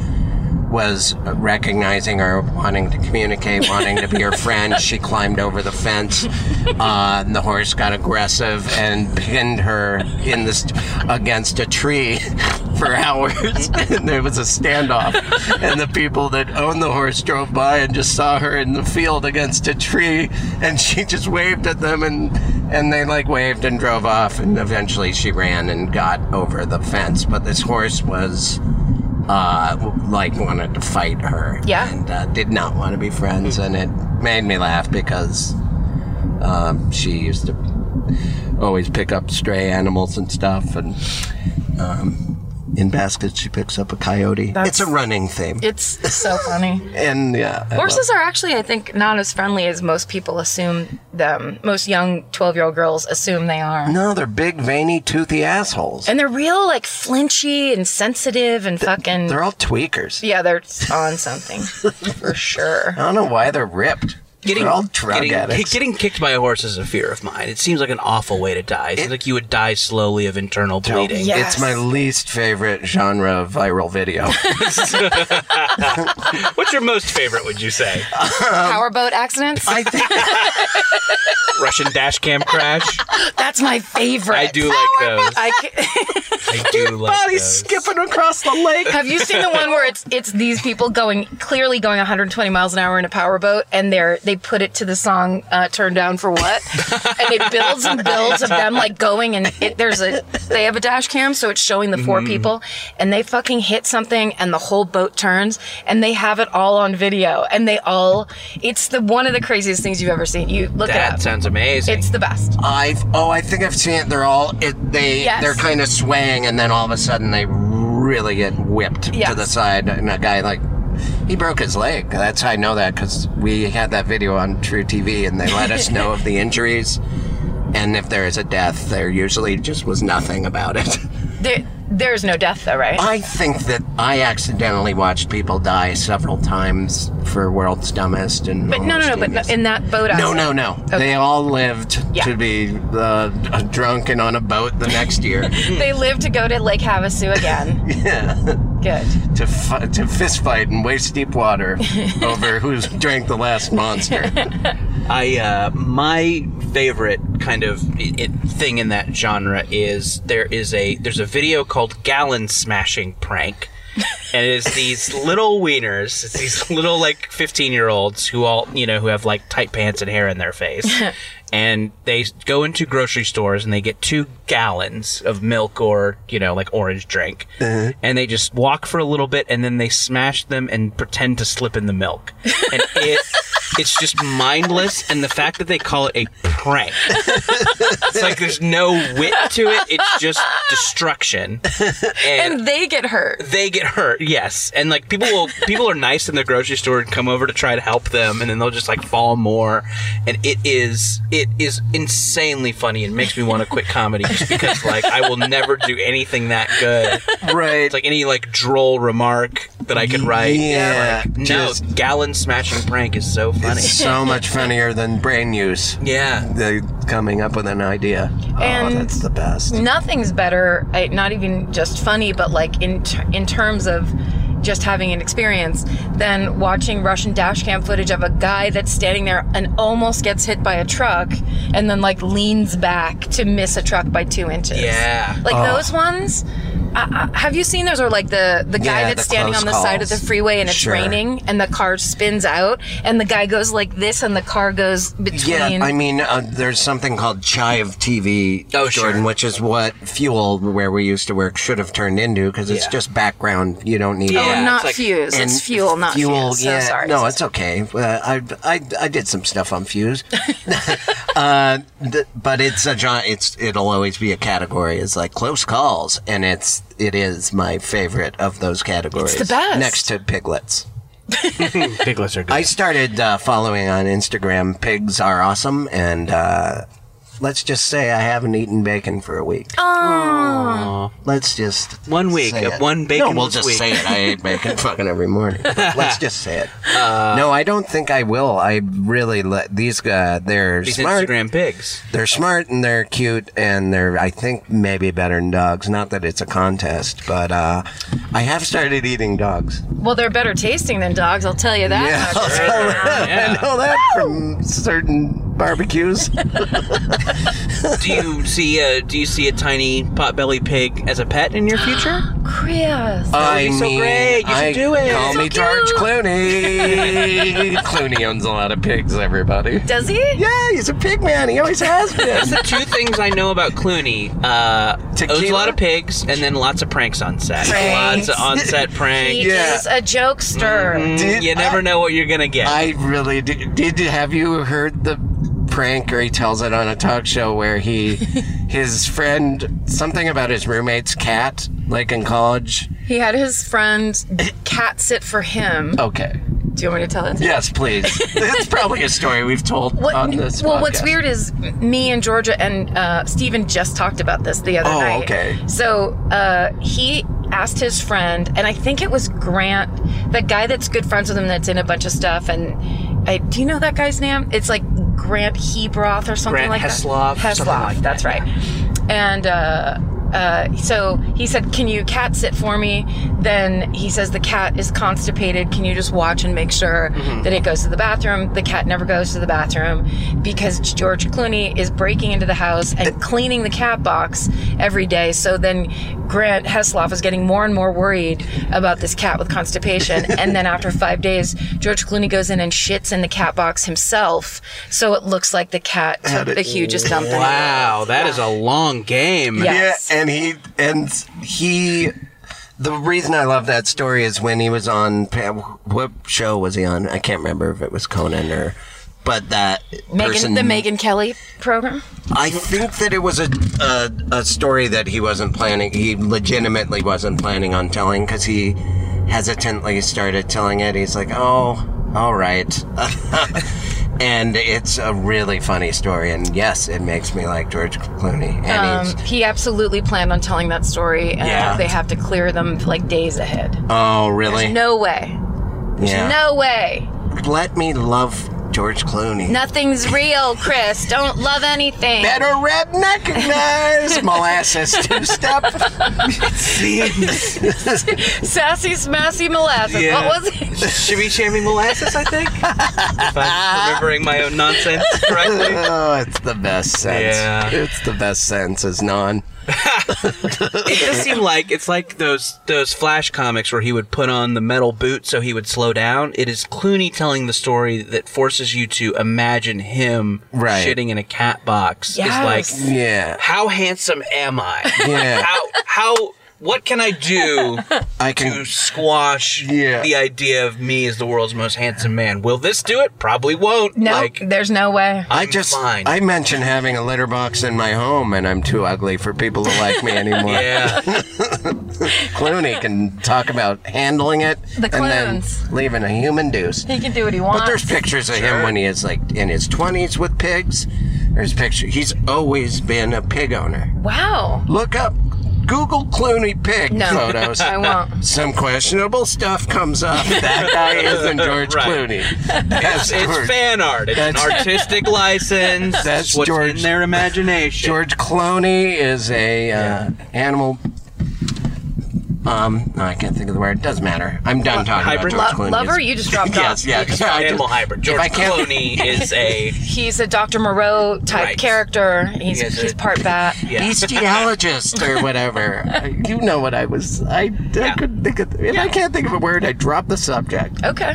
[SPEAKER 4] was recognizing her, wanting to communicate, wanting to be her friend. She climbed over the fence, uh, and the horse got aggressive and pinned her in this against a tree for hours. and there was a standoff, and the people that owned the horse drove by and just saw her in the field against a tree, and she just waved at them and. And they like waved and drove off, and eventually she ran and got over the fence. But this horse was uh, w- like wanted to fight her.
[SPEAKER 5] Yeah.
[SPEAKER 4] And uh, did not want to be friends, and it made me laugh because um, she used to always pick up stray animals and stuff, and um, in baskets she picks up a coyote. it's a running theme,
[SPEAKER 5] It's so funny.
[SPEAKER 4] and yeah, I
[SPEAKER 5] Horses are actually, I think, not as friendly as most people assume them. Most young 12 year old girls assume they are.
[SPEAKER 4] love- no, they're big, veiny, toothy assholes.
[SPEAKER 5] And they're real, like, flinchy and sensitive and fucking.
[SPEAKER 4] they're all tweakers.
[SPEAKER 5] yeah, they're on something. for sure.
[SPEAKER 4] I don't know why they're ripped. they're all drug
[SPEAKER 7] getting,
[SPEAKER 4] addicts.
[SPEAKER 7] getting kicked by a horse is a fear of mine. It seems like an awful way to die. It seems like you would die slowly of internal bleeding.
[SPEAKER 5] Yeah.
[SPEAKER 4] It's my least favorite genre of viral video.
[SPEAKER 7] What's your most favorite, would you say?
[SPEAKER 5] Powerboat accidents?
[SPEAKER 4] I think
[SPEAKER 7] Russian dash cam crash?
[SPEAKER 5] That's my favorite.
[SPEAKER 7] I do like those.
[SPEAKER 5] I ca-
[SPEAKER 7] I do like
[SPEAKER 4] He's
[SPEAKER 7] those.
[SPEAKER 4] skipping across the lake.
[SPEAKER 5] Have you seen the one where it's it's these people going clearly going 120 miles an hour in a powerboat, and they're they put it to the song uh, "Turn Down for What," and it builds and builds of them like going, and it, there's a they have a dash cam, so it's showing the
[SPEAKER 4] Mm-hmm.
[SPEAKER 5] 4 people, and they fucking hit something, and the whole boat turns, and they have it all on video, and they all it's the one of the craziest things you've ever seen. You look
[SPEAKER 7] That
[SPEAKER 5] it up.
[SPEAKER 7] sounds amazing.
[SPEAKER 5] It's the best.
[SPEAKER 4] I've oh, I think I've seen it. They're all it, they
[SPEAKER 5] Yes.
[SPEAKER 4] they're kind of swaying, and then all of a sudden they really get whipped
[SPEAKER 5] Yes.
[SPEAKER 4] to the side, and a guy like. He broke his leg. That's how I know that because we had that video on True TV and they let us know of the injuries. And if there is a death, there usually just was nothing about it.
[SPEAKER 5] There, there's no death though, right?
[SPEAKER 4] I think that I accidentally watched people die several times for World's Dumbest and.
[SPEAKER 5] But no, no, no. But in that boat
[SPEAKER 4] No,
[SPEAKER 5] accident.
[SPEAKER 4] no, no. They all lived
[SPEAKER 5] Yeah.
[SPEAKER 4] to be uh, drunk and on a boat the next year
[SPEAKER 5] They live to go to Lake Havasu again. yeah. Good.
[SPEAKER 4] to fi- to fist fight in waist deep water over who drank the last monster.
[SPEAKER 7] I uh, my favorite kind of i it, thing in that genre is there is a there's a video called gallon smashing prank. and it's these little wieners. It's these little like fifteen year olds who all you know who have like tight pants and hair in their face, and they s- go into grocery stores and they get two gallons of milk or you know like orange drink, and they just walk for a little bit and then they smash them and pretend to slip in the milk, and it. It's just mindless, and the fact that they call it a prank. It's like there's no wit to it. It's just destruction. And,
[SPEAKER 5] and they get hurt.
[SPEAKER 7] they get hurt yes and like people will people are nice in the grocery store and come over to try to help them and then they'll just like fall more and it is it is insanely funny and makes me want to quit comedy just because like i will never do anything that good
[SPEAKER 4] right.
[SPEAKER 7] it's like any like droll remark that i could write
[SPEAKER 4] Yeah,
[SPEAKER 7] like, no
[SPEAKER 4] just-
[SPEAKER 7] gallon smashing prank is so funny funny.
[SPEAKER 4] It's so much funnier than brain use.
[SPEAKER 7] yeah.
[SPEAKER 4] The coming up with an idea.
[SPEAKER 5] And-
[SPEAKER 4] oh, that's the
[SPEAKER 7] Mm,
[SPEAKER 4] best.
[SPEAKER 5] Nothing's better, I- not even just funny, but like in, ter- in terms of just having an experience, than watching Russian dash cam footage of a guy that's standing there and almost gets hit by a truck and then like leans back to miss a truck by two inches.
[SPEAKER 7] Yeah.
[SPEAKER 5] Like those ones. Uh, have you seen those? Or like the the guy
[SPEAKER 4] Yeah,
[SPEAKER 5] that's
[SPEAKER 4] the
[SPEAKER 5] standing
[SPEAKER 4] close
[SPEAKER 5] on the side of the
[SPEAKER 4] calls.
[SPEAKER 5] freeway and it's
[SPEAKER 4] Sure.
[SPEAKER 5] raining and the car spins out and the guy goes like this and the car goes
[SPEAKER 4] Yeah,
[SPEAKER 5] between.
[SPEAKER 4] I mean, uh, there's something called Chive TV,
[SPEAKER 7] Oh, sure.
[SPEAKER 4] Jordan, which is what Fuel, where we used to work, should have turned into because it's
[SPEAKER 7] Yeah.
[SPEAKER 4] just background. You don't need
[SPEAKER 5] oh,
[SPEAKER 7] Yeah, it's
[SPEAKER 5] not
[SPEAKER 7] like-
[SPEAKER 5] fuse. It's
[SPEAKER 4] And
[SPEAKER 5] fuel, not
[SPEAKER 4] fuel.
[SPEAKER 5] fuse.
[SPEAKER 4] Yeah,
[SPEAKER 5] So sorry.
[SPEAKER 4] no, it's okay. Uh, I, I I did some stuff on Fuse, uh, th- but it's a John. It's it'll always be a category. It's like close calls, and it's it is my favorite of those categories.
[SPEAKER 5] It's the best.
[SPEAKER 4] next to piglets.
[SPEAKER 6] Piglets are good.
[SPEAKER 4] I started uh, following on Instagram. Pigs are awesome, and uh, let's just say I haven't eaten bacon for a week. Oh, let's just
[SPEAKER 7] One week,
[SPEAKER 4] say
[SPEAKER 7] uh,
[SPEAKER 4] it.
[SPEAKER 7] one bacon
[SPEAKER 4] No, we'll
[SPEAKER 7] this
[SPEAKER 4] just
[SPEAKER 7] week.
[SPEAKER 4] say it. I ate bacon fucking every morning. But let's just say it.
[SPEAKER 7] Uh,
[SPEAKER 4] no, I don't think I will. I really let these. Uh, they're
[SPEAKER 7] These
[SPEAKER 4] smart.
[SPEAKER 7] Instagram pigs.
[SPEAKER 4] They're smart and they're cute and they're, I think, maybe better than dogs. Not that it's a contest, but uh, I have started eating dogs.
[SPEAKER 5] Well, they're better tasting than dogs. I'll tell you that. much.
[SPEAKER 4] I know that from certain barbecues.
[SPEAKER 7] Do you see a Do you see a tiny potbelly pig as a pet in your future?
[SPEAKER 5] Chris.
[SPEAKER 4] I
[SPEAKER 7] be Oh, so great. You should
[SPEAKER 4] I-
[SPEAKER 7] do it.
[SPEAKER 4] Call
[SPEAKER 7] So
[SPEAKER 4] me George
[SPEAKER 5] cute.
[SPEAKER 4] Clooney. Clooney owns a lot of pigs, everybody.
[SPEAKER 5] Does he?
[SPEAKER 4] Yeah, he's a pig man. He always has been.
[SPEAKER 7] Two things I know about Clooney: uh, owns a
[SPEAKER 4] Tequila?
[SPEAKER 7] lot of pigs, and then lots of pranks on set.
[SPEAKER 5] Pranks.
[SPEAKER 7] Lots of on set
[SPEAKER 5] He
[SPEAKER 7] pranks. Mm,
[SPEAKER 4] Yeah. Mm-hmm.
[SPEAKER 5] is a jokester.
[SPEAKER 4] Did
[SPEAKER 7] you never
[SPEAKER 4] I-
[SPEAKER 7] know what you're gonna get.
[SPEAKER 4] I really did, did. Have you heard the prank, or he tells it on a talk show where he, his friend, something about his roommate's cat, like in college?
[SPEAKER 5] He had his friend cat sit for him.
[SPEAKER 4] Okay.
[SPEAKER 5] Do you want me to tell it?
[SPEAKER 4] Yes, please. it's probably a story we've told
[SPEAKER 5] What,
[SPEAKER 4] on this
[SPEAKER 5] well, what's
[SPEAKER 4] podcast.
[SPEAKER 5] weird is me and Georgia and uh, Steven just talked about this the other
[SPEAKER 4] Oh,
[SPEAKER 5] night.
[SPEAKER 4] okay.
[SPEAKER 5] So uh, he asked his friend, and I think it was Grant, the guy that's good friends with him that's in a bunch of stuff. And I, do you know that guy's name? It's like Grant Hebroth or something
[SPEAKER 7] Grant
[SPEAKER 5] like
[SPEAKER 7] Hesloff,
[SPEAKER 5] that.
[SPEAKER 7] something like that,
[SPEAKER 5] that's right. And uh, uh, so he said, Can you cat sit for me? Then he says, The cat is constipated. Can you just watch and make sure that it goes to the bathroom? The cat never goes to the bathroom because George Clooney is breaking into the house and cleaning the cat box every day. So then Grant Hesloff is getting more and more worried about this cat with constipation. and then after five days, George Clooney goes in and shits in the cat box himself. So it looks like the cat took the hugest dump in the
[SPEAKER 7] wow, that is a long game.
[SPEAKER 5] Yeah.
[SPEAKER 4] Yeah,
[SPEAKER 5] Yes.
[SPEAKER 4] and he and he. The reason I love that story is when he was on what show was he on? I can't remember if it was Conan or, but that person.
[SPEAKER 5] Megan, the Megan Kelly program.
[SPEAKER 4] I think that it was a, a a story that he wasn't planning. He legitimately wasn't planning on telling because he hesitantly started telling it. He's like, "Oh, all right," and it's a really funny story. And yes, it makes me like George Clooney. And he's,
[SPEAKER 5] Um, he absolutely planned on telling that story, and
[SPEAKER 4] Yeah.
[SPEAKER 5] they have to clear them like days ahead.
[SPEAKER 4] oh, really?
[SPEAKER 5] No way.
[SPEAKER 4] yeah.
[SPEAKER 5] No way.
[SPEAKER 4] Let me love George Clooney.
[SPEAKER 5] Nothing's real, Chris. Don't love anything.
[SPEAKER 4] Better redneck guys, molasses two step.
[SPEAKER 5] Sassy, smassy molasses.
[SPEAKER 7] Yeah.
[SPEAKER 5] What was it?
[SPEAKER 7] Should be shaming molasses, I think. if I'm remembering my own nonsense correctly.
[SPEAKER 4] oh, it's the best sense.
[SPEAKER 7] Yeah.
[SPEAKER 4] It's the best sense is non.
[SPEAKER 7] It does seem like it's like those those flash comics where he would put on the metal boot so he would slow down. It is Clooney telling the story that forces you to imagine him
[SPEAKER 4] Right.
[SPEAKER 7] shitting in a cat box.
[SPEAKER 5] Yes.
[SPEAKER 7] It's like
[SPEAKER 4] Yeah.
[SPEAKER 7] how handsome am I?
[SPEAKER 4] Yeah.
[SPEAKER 7] How how what can I do
[SPEAKER 4] I
[SPEAKER 7] to
[SPEAKER 4] can
[SPEAKER 7] squash
[SPEAKER 4] Yeah.
[SPEAKER 7] the idea of me as the world's most handsome man? Will this do it? Probably won't.
[SPEAKER 5] No,
[SPEAKER 7] Like,
[SPEAKER 5] there's no way.
[SPEAKER 4] I
[SPEAKER 7] I'm
[SPEAKER 4] just
[SPEAKER 7] fine.
[SPEAKER 4] I mentioned having a litter box in my home and I'm too ugly for people to like me anymore.
[SPEAKER 7] yeah.
[SPEAKER 4] Clooney can talk about handling it
[SPEAKER 5] The
[SPEAKER 4] and then
[SPEAKER 5] clones.
[SPEAKER 4] leaving a human deuce.
[SPEAKER 5] He can do what he
[SPEAKER 4] But there's
[SPEAKER 5] wants.
[SPEAKER 4] pictures of him when he is like in his 20s with pigs. There's pictures. He's always been a pig owner.
[SPEAKER 5] Wow.
[SPEAKER 4] Look up Google Clooney pig
[SPEAKER 5] No,
[SPEAKER 4] photos.
[SPEAKER 5] I won't.
[SPEAKER 4] Some questionable stuff comes up. That guy isn't George
[SPEAKER 7] Right.
[SPEAKER 4] Clooney. That's
[SPEAKER 7] It's
[SPEAKER 4] George,
[SPEAKER 7] fan art. It's an
[SPEAKER 4] That's-
[SPEAKER 7] artistic license.
[SPEAKER 4] That's
[SPEAKER 7] It's what's
[SPEAKER 4] George-
[SPEAKER 7] in their imagination.
[SPEAKER 4] George Clooney is a uh, animal. Um, no, I can't think of the word. Doesn't matter. I'm done talking
[SPEAKER 7] hybrid
[SPEAKER 4] about
[SPEAKER 5] Lo-
[SPEAKER 4] George Clooney.
[SPEAKER 5] lover, you just dropped
[SPEAKER 4] Yes,
[SPEAKER 5] off.
[SPEAKER 4] yeah, yeah, I
[SPEAKER 7] animal
[SPEAKER 4] just-
[SPEAKER 7] hybrid.
[SPEAKER 4] if
[SPEAKER 7] George
[SPEAKER 4] I can't-
[SPEAKER 7] Clooney is a
[SPEAKER 5] He's a Dr. Moreau type
[SPEAKER 7] Right.
[SPEAKER 5] character. He's
[SPEAKER 7] He is
[SPEAKER 5] he's
[SPEAKER 7] a-
[SPEAKER 5] part bat.
[SPEAKER 7] yeah.
[SPEAKER 4] bestiologist or whatever. I- you know what I was. I, I couldn't think of. If I can't think of a word, I drop the subject.
[SPEAKER 5] Okay.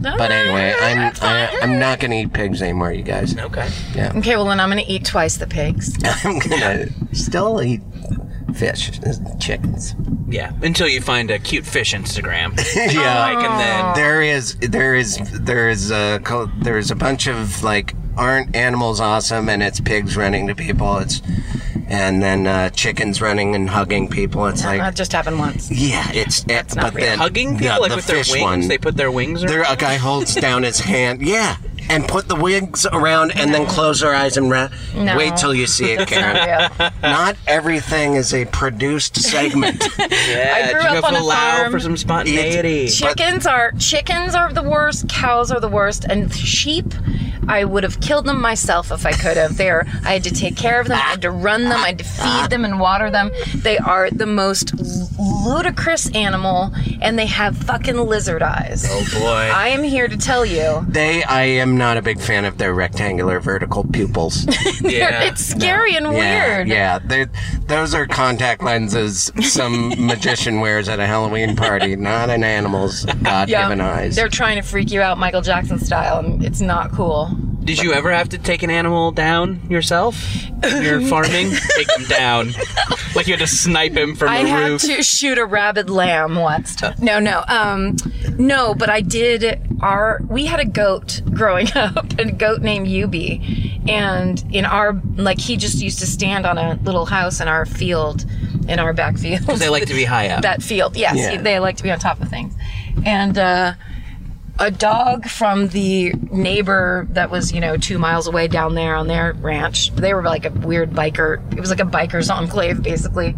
[SPEAKER 4] But anyway, I'm I, I'm not gonna eat pigs anymore, you guys.
[SPEAKER 7] Okay.
[SPEAKER 5] Okay, well then I'm gonna eat twice the pigs.
[SPEAKER 4] I'm gonna still eat fish, and chickens.
[SPEAKER 7] Yeah. Until you find a cute fish Instagram.
[SPEAKER 4] yeah.
[SPEAKER 7] Like, and then
[SPEAKER 4] There is there is there is a co- there is a bunch of like aren't animals awesome and it's pigs running to people. It's and then uh, chickens running and hugging people. It's like
[SPEAKER 5] That just happened once.
[SPEAKER 4] yeah, it's it,
[SPEAKER 5] not
[SPEAKER 4] but
[SPEAKER 5] real.
[SPEAKER 4] then
[SPEAKER 7] hugging people
[SPEAKER 4] yeah,
[SPEAKER 7] like
[SPEAKER 4] the
[SPEAKER 7] with their
[SPEAKER 4] fish
[SPEAKER 7] wings.
[SPEAKER 4] one.
[SPEAKER 7] They put their wings
[SPEAKER 4] There,
[SPEAKER 7] around.
[SPEAKER 4] a guy holds down his hand. Yeah. And put the wigs around and then close their eyes and ra-
[SPEAKER 5] No.
[SPEAKER 4] wait till you see it, Karen.
[SPEAKER 5] Yeah.
[SPEAKER 4] Not everything is a produced segment.
[SPEAKER 7] Yeah,
[SPEAKER 5] I grew
[SPEAKER 7] you
[SPEAKER 5] up
[SPEAKER 7] have
[SPEAKER 5] on
[SPEAKER 7] to
[SPEAKER 5] a
[SPEAKER 7] allow
[SPEAKER 5] farm.
[SPEAKER 7] for some spontaneity.
[SPEAKER 5] Chickens are chickens are the worst. Cows are the worst, and sheep. I would have killed them myself if I could have. They are. I had to take care of them. I had to run them. I had to feed them and water them. They are the most l- ludicrous animal, and they have fucking lizard eyes.
[SPEAKER 7] Oh boy.
[SPEAKER 5] I am here to tell you,
[SPEAKER 4] they, I am not a big fan of their rectangular vertical pupils.
[SPEAKER 7] yeah.
[SPEAKER 5] it's scary and weird.
[SPEAKER 4] Yeah, yeah. They're- those are contact lenses some magician wears at a Halloween party, not an animal's God-given eyes.
[SPEAKER 5] They're trying to freak you out, Michael Jackson style, and it's not cool.
[SPEAKER 7] Did you ever have to take an animal down yourself? You're farming? take him down. Like you had to snipe him from
[SPEAKER 5] I
[SPEAKER 7] the
[SPEAKER 5] had
[SPEAKER 7] roof.
[SPEAKER 5] to shoot a rabid lamb once. No, no, um, no. But I did. Our we had a goat growing up, a goat named Yubi, and in our like he just used to stand on a little house in our field, in our back field.
[SPEAKER 7] They like to be high up.
[SPEAKER 5] that field. Yes,
[SPEAKER 4] Yeah.
[SPEAKER 5] they like to be on top of things. And uh, a dog from the neighbor that was, you know, two miles away down there on their ranch. They were like a weird biker. It was like a biker's enclave, basically.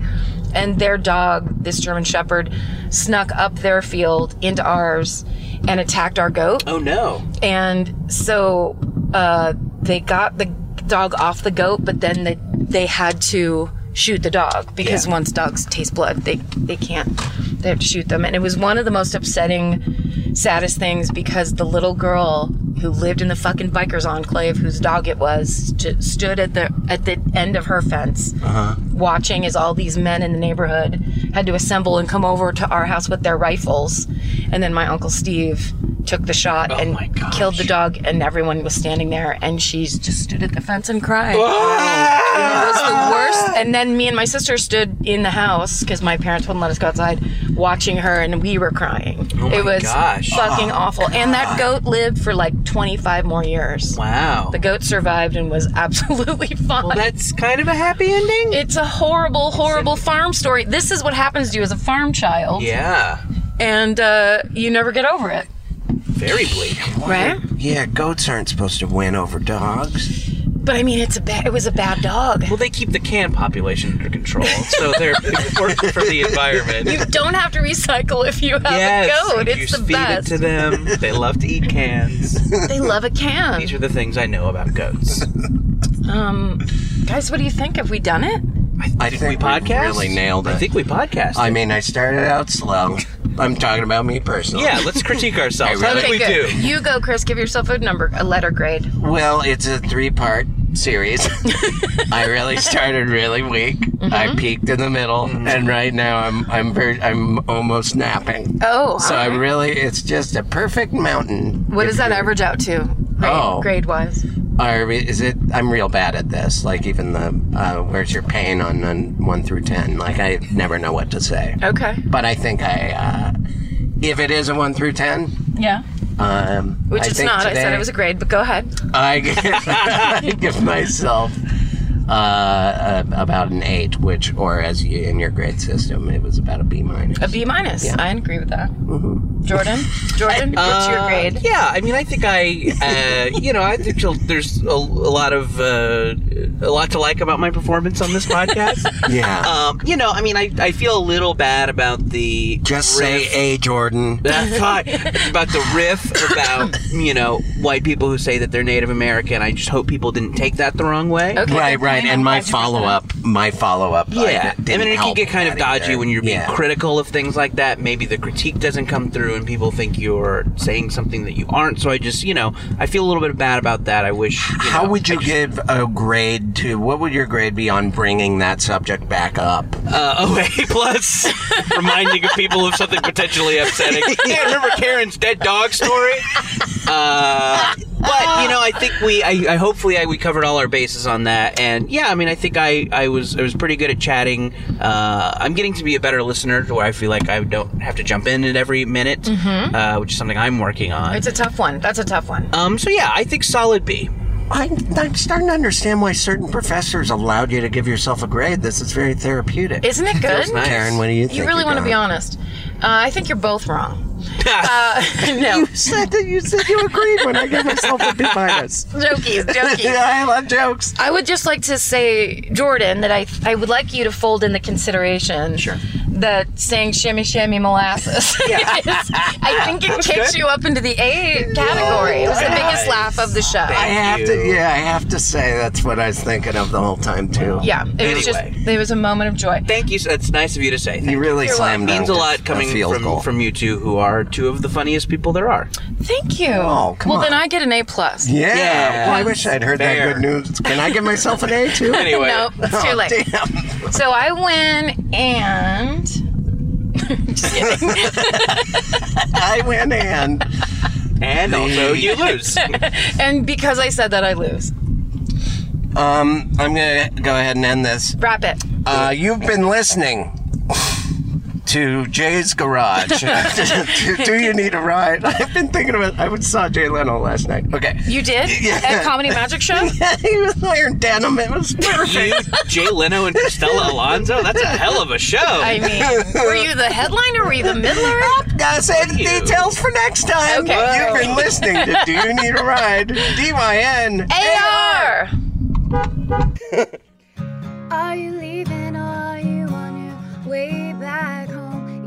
[SPEAKER 5] And their dog, this German Shepherd, snuck up their field into ours and attacked our goat
[SPEAKER 7] oh no.
[SPEAKER 5] and so uh, they got the dog off the goat, but then they they had to shoot the dog because
[SPEAKER 7] Yeah.
[SPEAKER 5] once dogs taste blood, they they can't. They have to shoot them, and it was one of the most upsetting, saddest things because the little girl who lived in the fucking bikers enclave, whose dog it was, st- stood at the at the end of her fence,
[SPEAKER 7] Uh-huh.
[SPEAKER 5] watching as all these men in the neighborhood had to assemble and come over to our house with their rifles, and then my uncle Steve took the shot and
[SPEAKER 7] Oh my gosh.
[SPEAKER 5] killed the dog and everyone was standing there and she's just stood at the fence and cried it was the worst and then me and my sister stood in the house because my parents wouldn't let us go outside watching her and we were crying
[SPEAKER 7] my
[SPEAKER 5] it was
[SPEAKER 7] gosh. Oh,
[SPEAKER 5] fucking awful and that goat lived for like 25 more years
[SPEAKER 7] Wow.
[SPEAKER 5] the goat survived and was absolutely fine
[SPEAKER 7] That's kind of a happy ending?
[SPEAKER 5] it's a horrible horrible farm story this is what happens to you as a farm child
[SPEAKER 7] yeah.
[SPEAKER 5] and uh, you never get over it
[SPEAKER 7] Very bleak.
[SPEAKER 5] right
[SPEAKER 4] yeah, goats aren't supposed to win over dogs.
[SPEAKER 5] but i mean it's a bad it was a bad dog
[SPEAKER 7] Well, they keep the can population under control, so they're important for the environment.
[SPEAKER 5] You don't have to recycle if you have
[SPEAKER 7] yes,
[SPEAKER 5] a goat.
[SPEAKER 7] you
[SPEAKER 5] It's the
[SPEAKER 7] feed
[SPEAKER 5] best.
[SPEAKER 7] it to them. They love to eat cans.
[SPEAKER 5] they love a can.
[SPEAKER 7] These are the things I know about goats.
[SPEAKER 5] Um, guys, what do you think? Have we done it?
[SPEAKER 4] I think we
[SPEAKER 7] Podcast
[SPEAKER 4] really nailed it.
[SPEAKER 7] I think we podcast.
[SPEAKER 4] I mean, I started out slow. I'm talking about me personally.
[SPEAKER 7] yeah, let's critique ourselves. How did we
[SPEAKER 5] good.
[SPEAKER 7] do?
[SPEAKER 5] You go, Chris. Give yourself a number, a letter grade.
[SPEAKER 4] Well, it's a three-part series. I really started really weak. I
[SPEAKER 5] Mm-hmm.
[SPEAKER 4] peaked in the middle, and right now I'm I'm ver- I'm almost napping.
[SPEAKER 5] Oh,
[SPEAKER 4] So I really, it's just a perfect mountain.
[SPEAKER 5] what does that average out to? Grade,
[SPEAKER 4] Oh.
[SPEAKER 5] grade wise.
[SPEAKER 4] Or is it? I'm real bad at this. Like even the uh, where's your pain on, on one through ten. Like I never know what to say.
[SPEAKER 5] Okay.
[SPEAKER 4] But I think I, uh, if it is a one through ten,
[SPEAKER 5] Yeah.
[SPEAKER 4] um,
[SPEAKER 5] Which
[SPEAKER 4] I
[SPEAKER 5] it's
[SPEAKER 4] think
[SPEAKER 5] not. I
[SPEAKER 4] today
[SPEAKER 5] said it was a grade, but go ahead.
[SPEAKER 4] I give, I give myself uh, a- about an eight, which, or as you, in your grade system, it was about a B minus.
[SPEAKER 5] A B minus. I agree with that.
[SPEAKER 4] Mm-hmm.
[SPEAKER 5] Jordan, Jordan, what's your
[SPEAKER 7] Uh,
[SPEAKER 5] grade?
[SPEAKER 7] Yeah, I mean, I think I, uh, you know, I think you'll, there's a, a lot of uh, a lot to like about my performance on this podcast.
[SPEAKER 4] Yeah.
[SPEAKER 7] Um, you know, I mean, I, I feel a little bad about the
[SPEAKER 4] Just say
[SPEAKER 7] riff-
[SPEAKER 4] A, Jordan.
[SPEAKER 7] That's fine. It's about the riff about you know white people who say that they're Native American. I just hope people didn't take that the wrong way.
[SPEAKER 5] Okay,
[SPEAKER 4] right,
[SPEAKER 5] good
[SPEAKER 4] right.
[SPEAKER 5] point.
[SPEAKER 4] And my
[SPEAKER 5] 100%.
[SPEAKER 4] follow up, my uh, follow up.
[SPEAKER 7] Yeah, I, mean, it can get kind of dodgy when you're being
[SPEAKER 4] yeah.
[SPEAKER 7] critical of things like that. Maybe the critique doesn't come through, and people think you're saying something that you aren't. So I just, you know, I feel a little bit bad about that. I wish. you
[SPEAKER 4] How
[SPEAKER 7] know,
[SPEAKER 4] would
[SPEAKER 7] I
[SPEAKER 4] you
[SPEAKER 7] just-
[SPEAKER 4] give a grade to? What would your grade be on bringing that subject back up?
[SPEAKER 7] uh, oh, A plus, reminding of people of something potentially upsetting. Yeah, remember Karen's dead dog story? Uh, but you know, I think we, I, I hopefully I, we covered all our bases on that. And yeah, I mean, I think I, I was, I was pretty good at chatting. Uh, I'm getting to be a better listener, to where I feel like I don't have to jump in at every minute, uh, which is something I'm working on.
[SPEAKER 5] It's a tough one. That's a tough
[SPEAKER 4] Uh,
[SPEAKER 5] one.
[SPEAKER 7] Um, so yeah, I think solid B.
[SPEAKER 4] I'm, I'm starting to understand why certain professors allowed you to give yourself a grade. This is very therapeutic.
[SPEAKER 5] Isn't it good?
[SPEAKER 7] nice.
[SPEAKER 4] Karen, what do you?
[SPEAKER 5] You
[SPEAKER 4] think
[SPEAKER 5] really
[SPEAKER 4] you're
[SPEAKER 5] want to be
[SPEAKER 4] going?
[SPEAKER 5] honest. Uh, I think you're both wrong. Uh, no,
[SPEAKER 4] You said that you said you agreed when I gave myself a B minus.
[SPEAKER 5] jokies, jokies.
[SPEAKER 4] I love jokes.
[SPEAKER 5] I would just like to say, Jordan, that I I would like you to fold in the consideration that saying "shimmy shimmy molasses." is- I think it kicks you up into the A category. It was the biggest laugh of the show.
[SPEAKER 4] I have to. Yeah, I have to say that's what I was thinking of the whole time too.
[SPEAKER 5] yeah, it was just
[SPEAKER 7] Anyway.
[SPEAKER 5] it was a moment of joy.
[SPEAKER 7] Thank you. That's nice of you to say. Thank
[SPEAKER 4] You
[SPEAKER 7] you.
[SPEAKER 4] really slammed
[SPEAKER 7] Means a
[SPEAKER 4] dunk
[SPEAKER 7] lot coming
[SPEAKER 4] field
[SPEAKER 7] from,
[SPEAKER 4] goal.
[SPEAKER 7] from you two, who are two of the funniest people there are.
[SPEAKER 5] Thank you.
[SPEAKER 4] Oh, come
[SPEAKER 5] well,
[SPEAKER 4] on.
[SPEAKER 5] then I get an A plus.
[SPEAKER 4] Yeah.
[SPEAKER 7] Yeah,
[SPEAKER 4] well, I wish I'd heard
[SPEAKER 7] fair.
[SPEAKER 4] that good news. Can I give myself an A too?
[SPEAKER 7] Anyway.
[SPEAKER 5] No, it's too
[SPEAKER 4] Oh,
[SPEAKER 5] late.
[SPEAKER 4] damn.
[SPEAKER 5] So I win and. Just kidding.
[SPEAKER 4] I win and
[SPEAKER 7] And also you lose.
[SPEAKER 5] and because I said that, I lose.
[SPEAKER 4] um, I'm gonna go ahead and end this.
[SPEAKER 5] Wrap it.
[SPEAKER 4] Uh, you've been listening to Jay's Garage. do, do you need a ride? I've been thinking about. I saw Jay Leno last night. Okay.
[SPEAKER 5] You did? At Comedy Magic Show?
[SPEAKER 4] he was wearing denim. It was
[SPEAKER 7] you, Jay Leno and Cristela Alonso. That's a hell of a show.
[SPEAKER 5] I mean, were you the headliner? Were you the
[SPEAKER 4] Oh,
[SPEAKER 5] middler?
[SPEAKER 4] Gotta save the
[SPEAKER 7] you.
[SPEAKER 4] details for next time.
[SPEAKER 5] Okay.
[SPEAKER 4] You've been listening to Do You Need a Ride? DYN.
[SPEAKER 5] AR!
[SPEAKER 2] Are you leaving or are you on your way back home?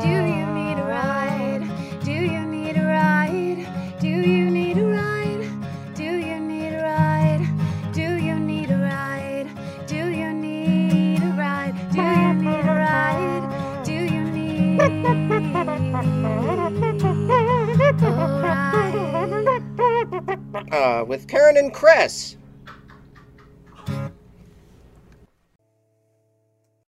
[SPEAKER 2] Do you need a ride? Do you need a ride? Do you need a ride? Do you need a ride? Do you need a ride? Do you need a ride? Do you need a ride? Do you need a ride?
[SPEAKER 3] Uh, with Karen and Cress.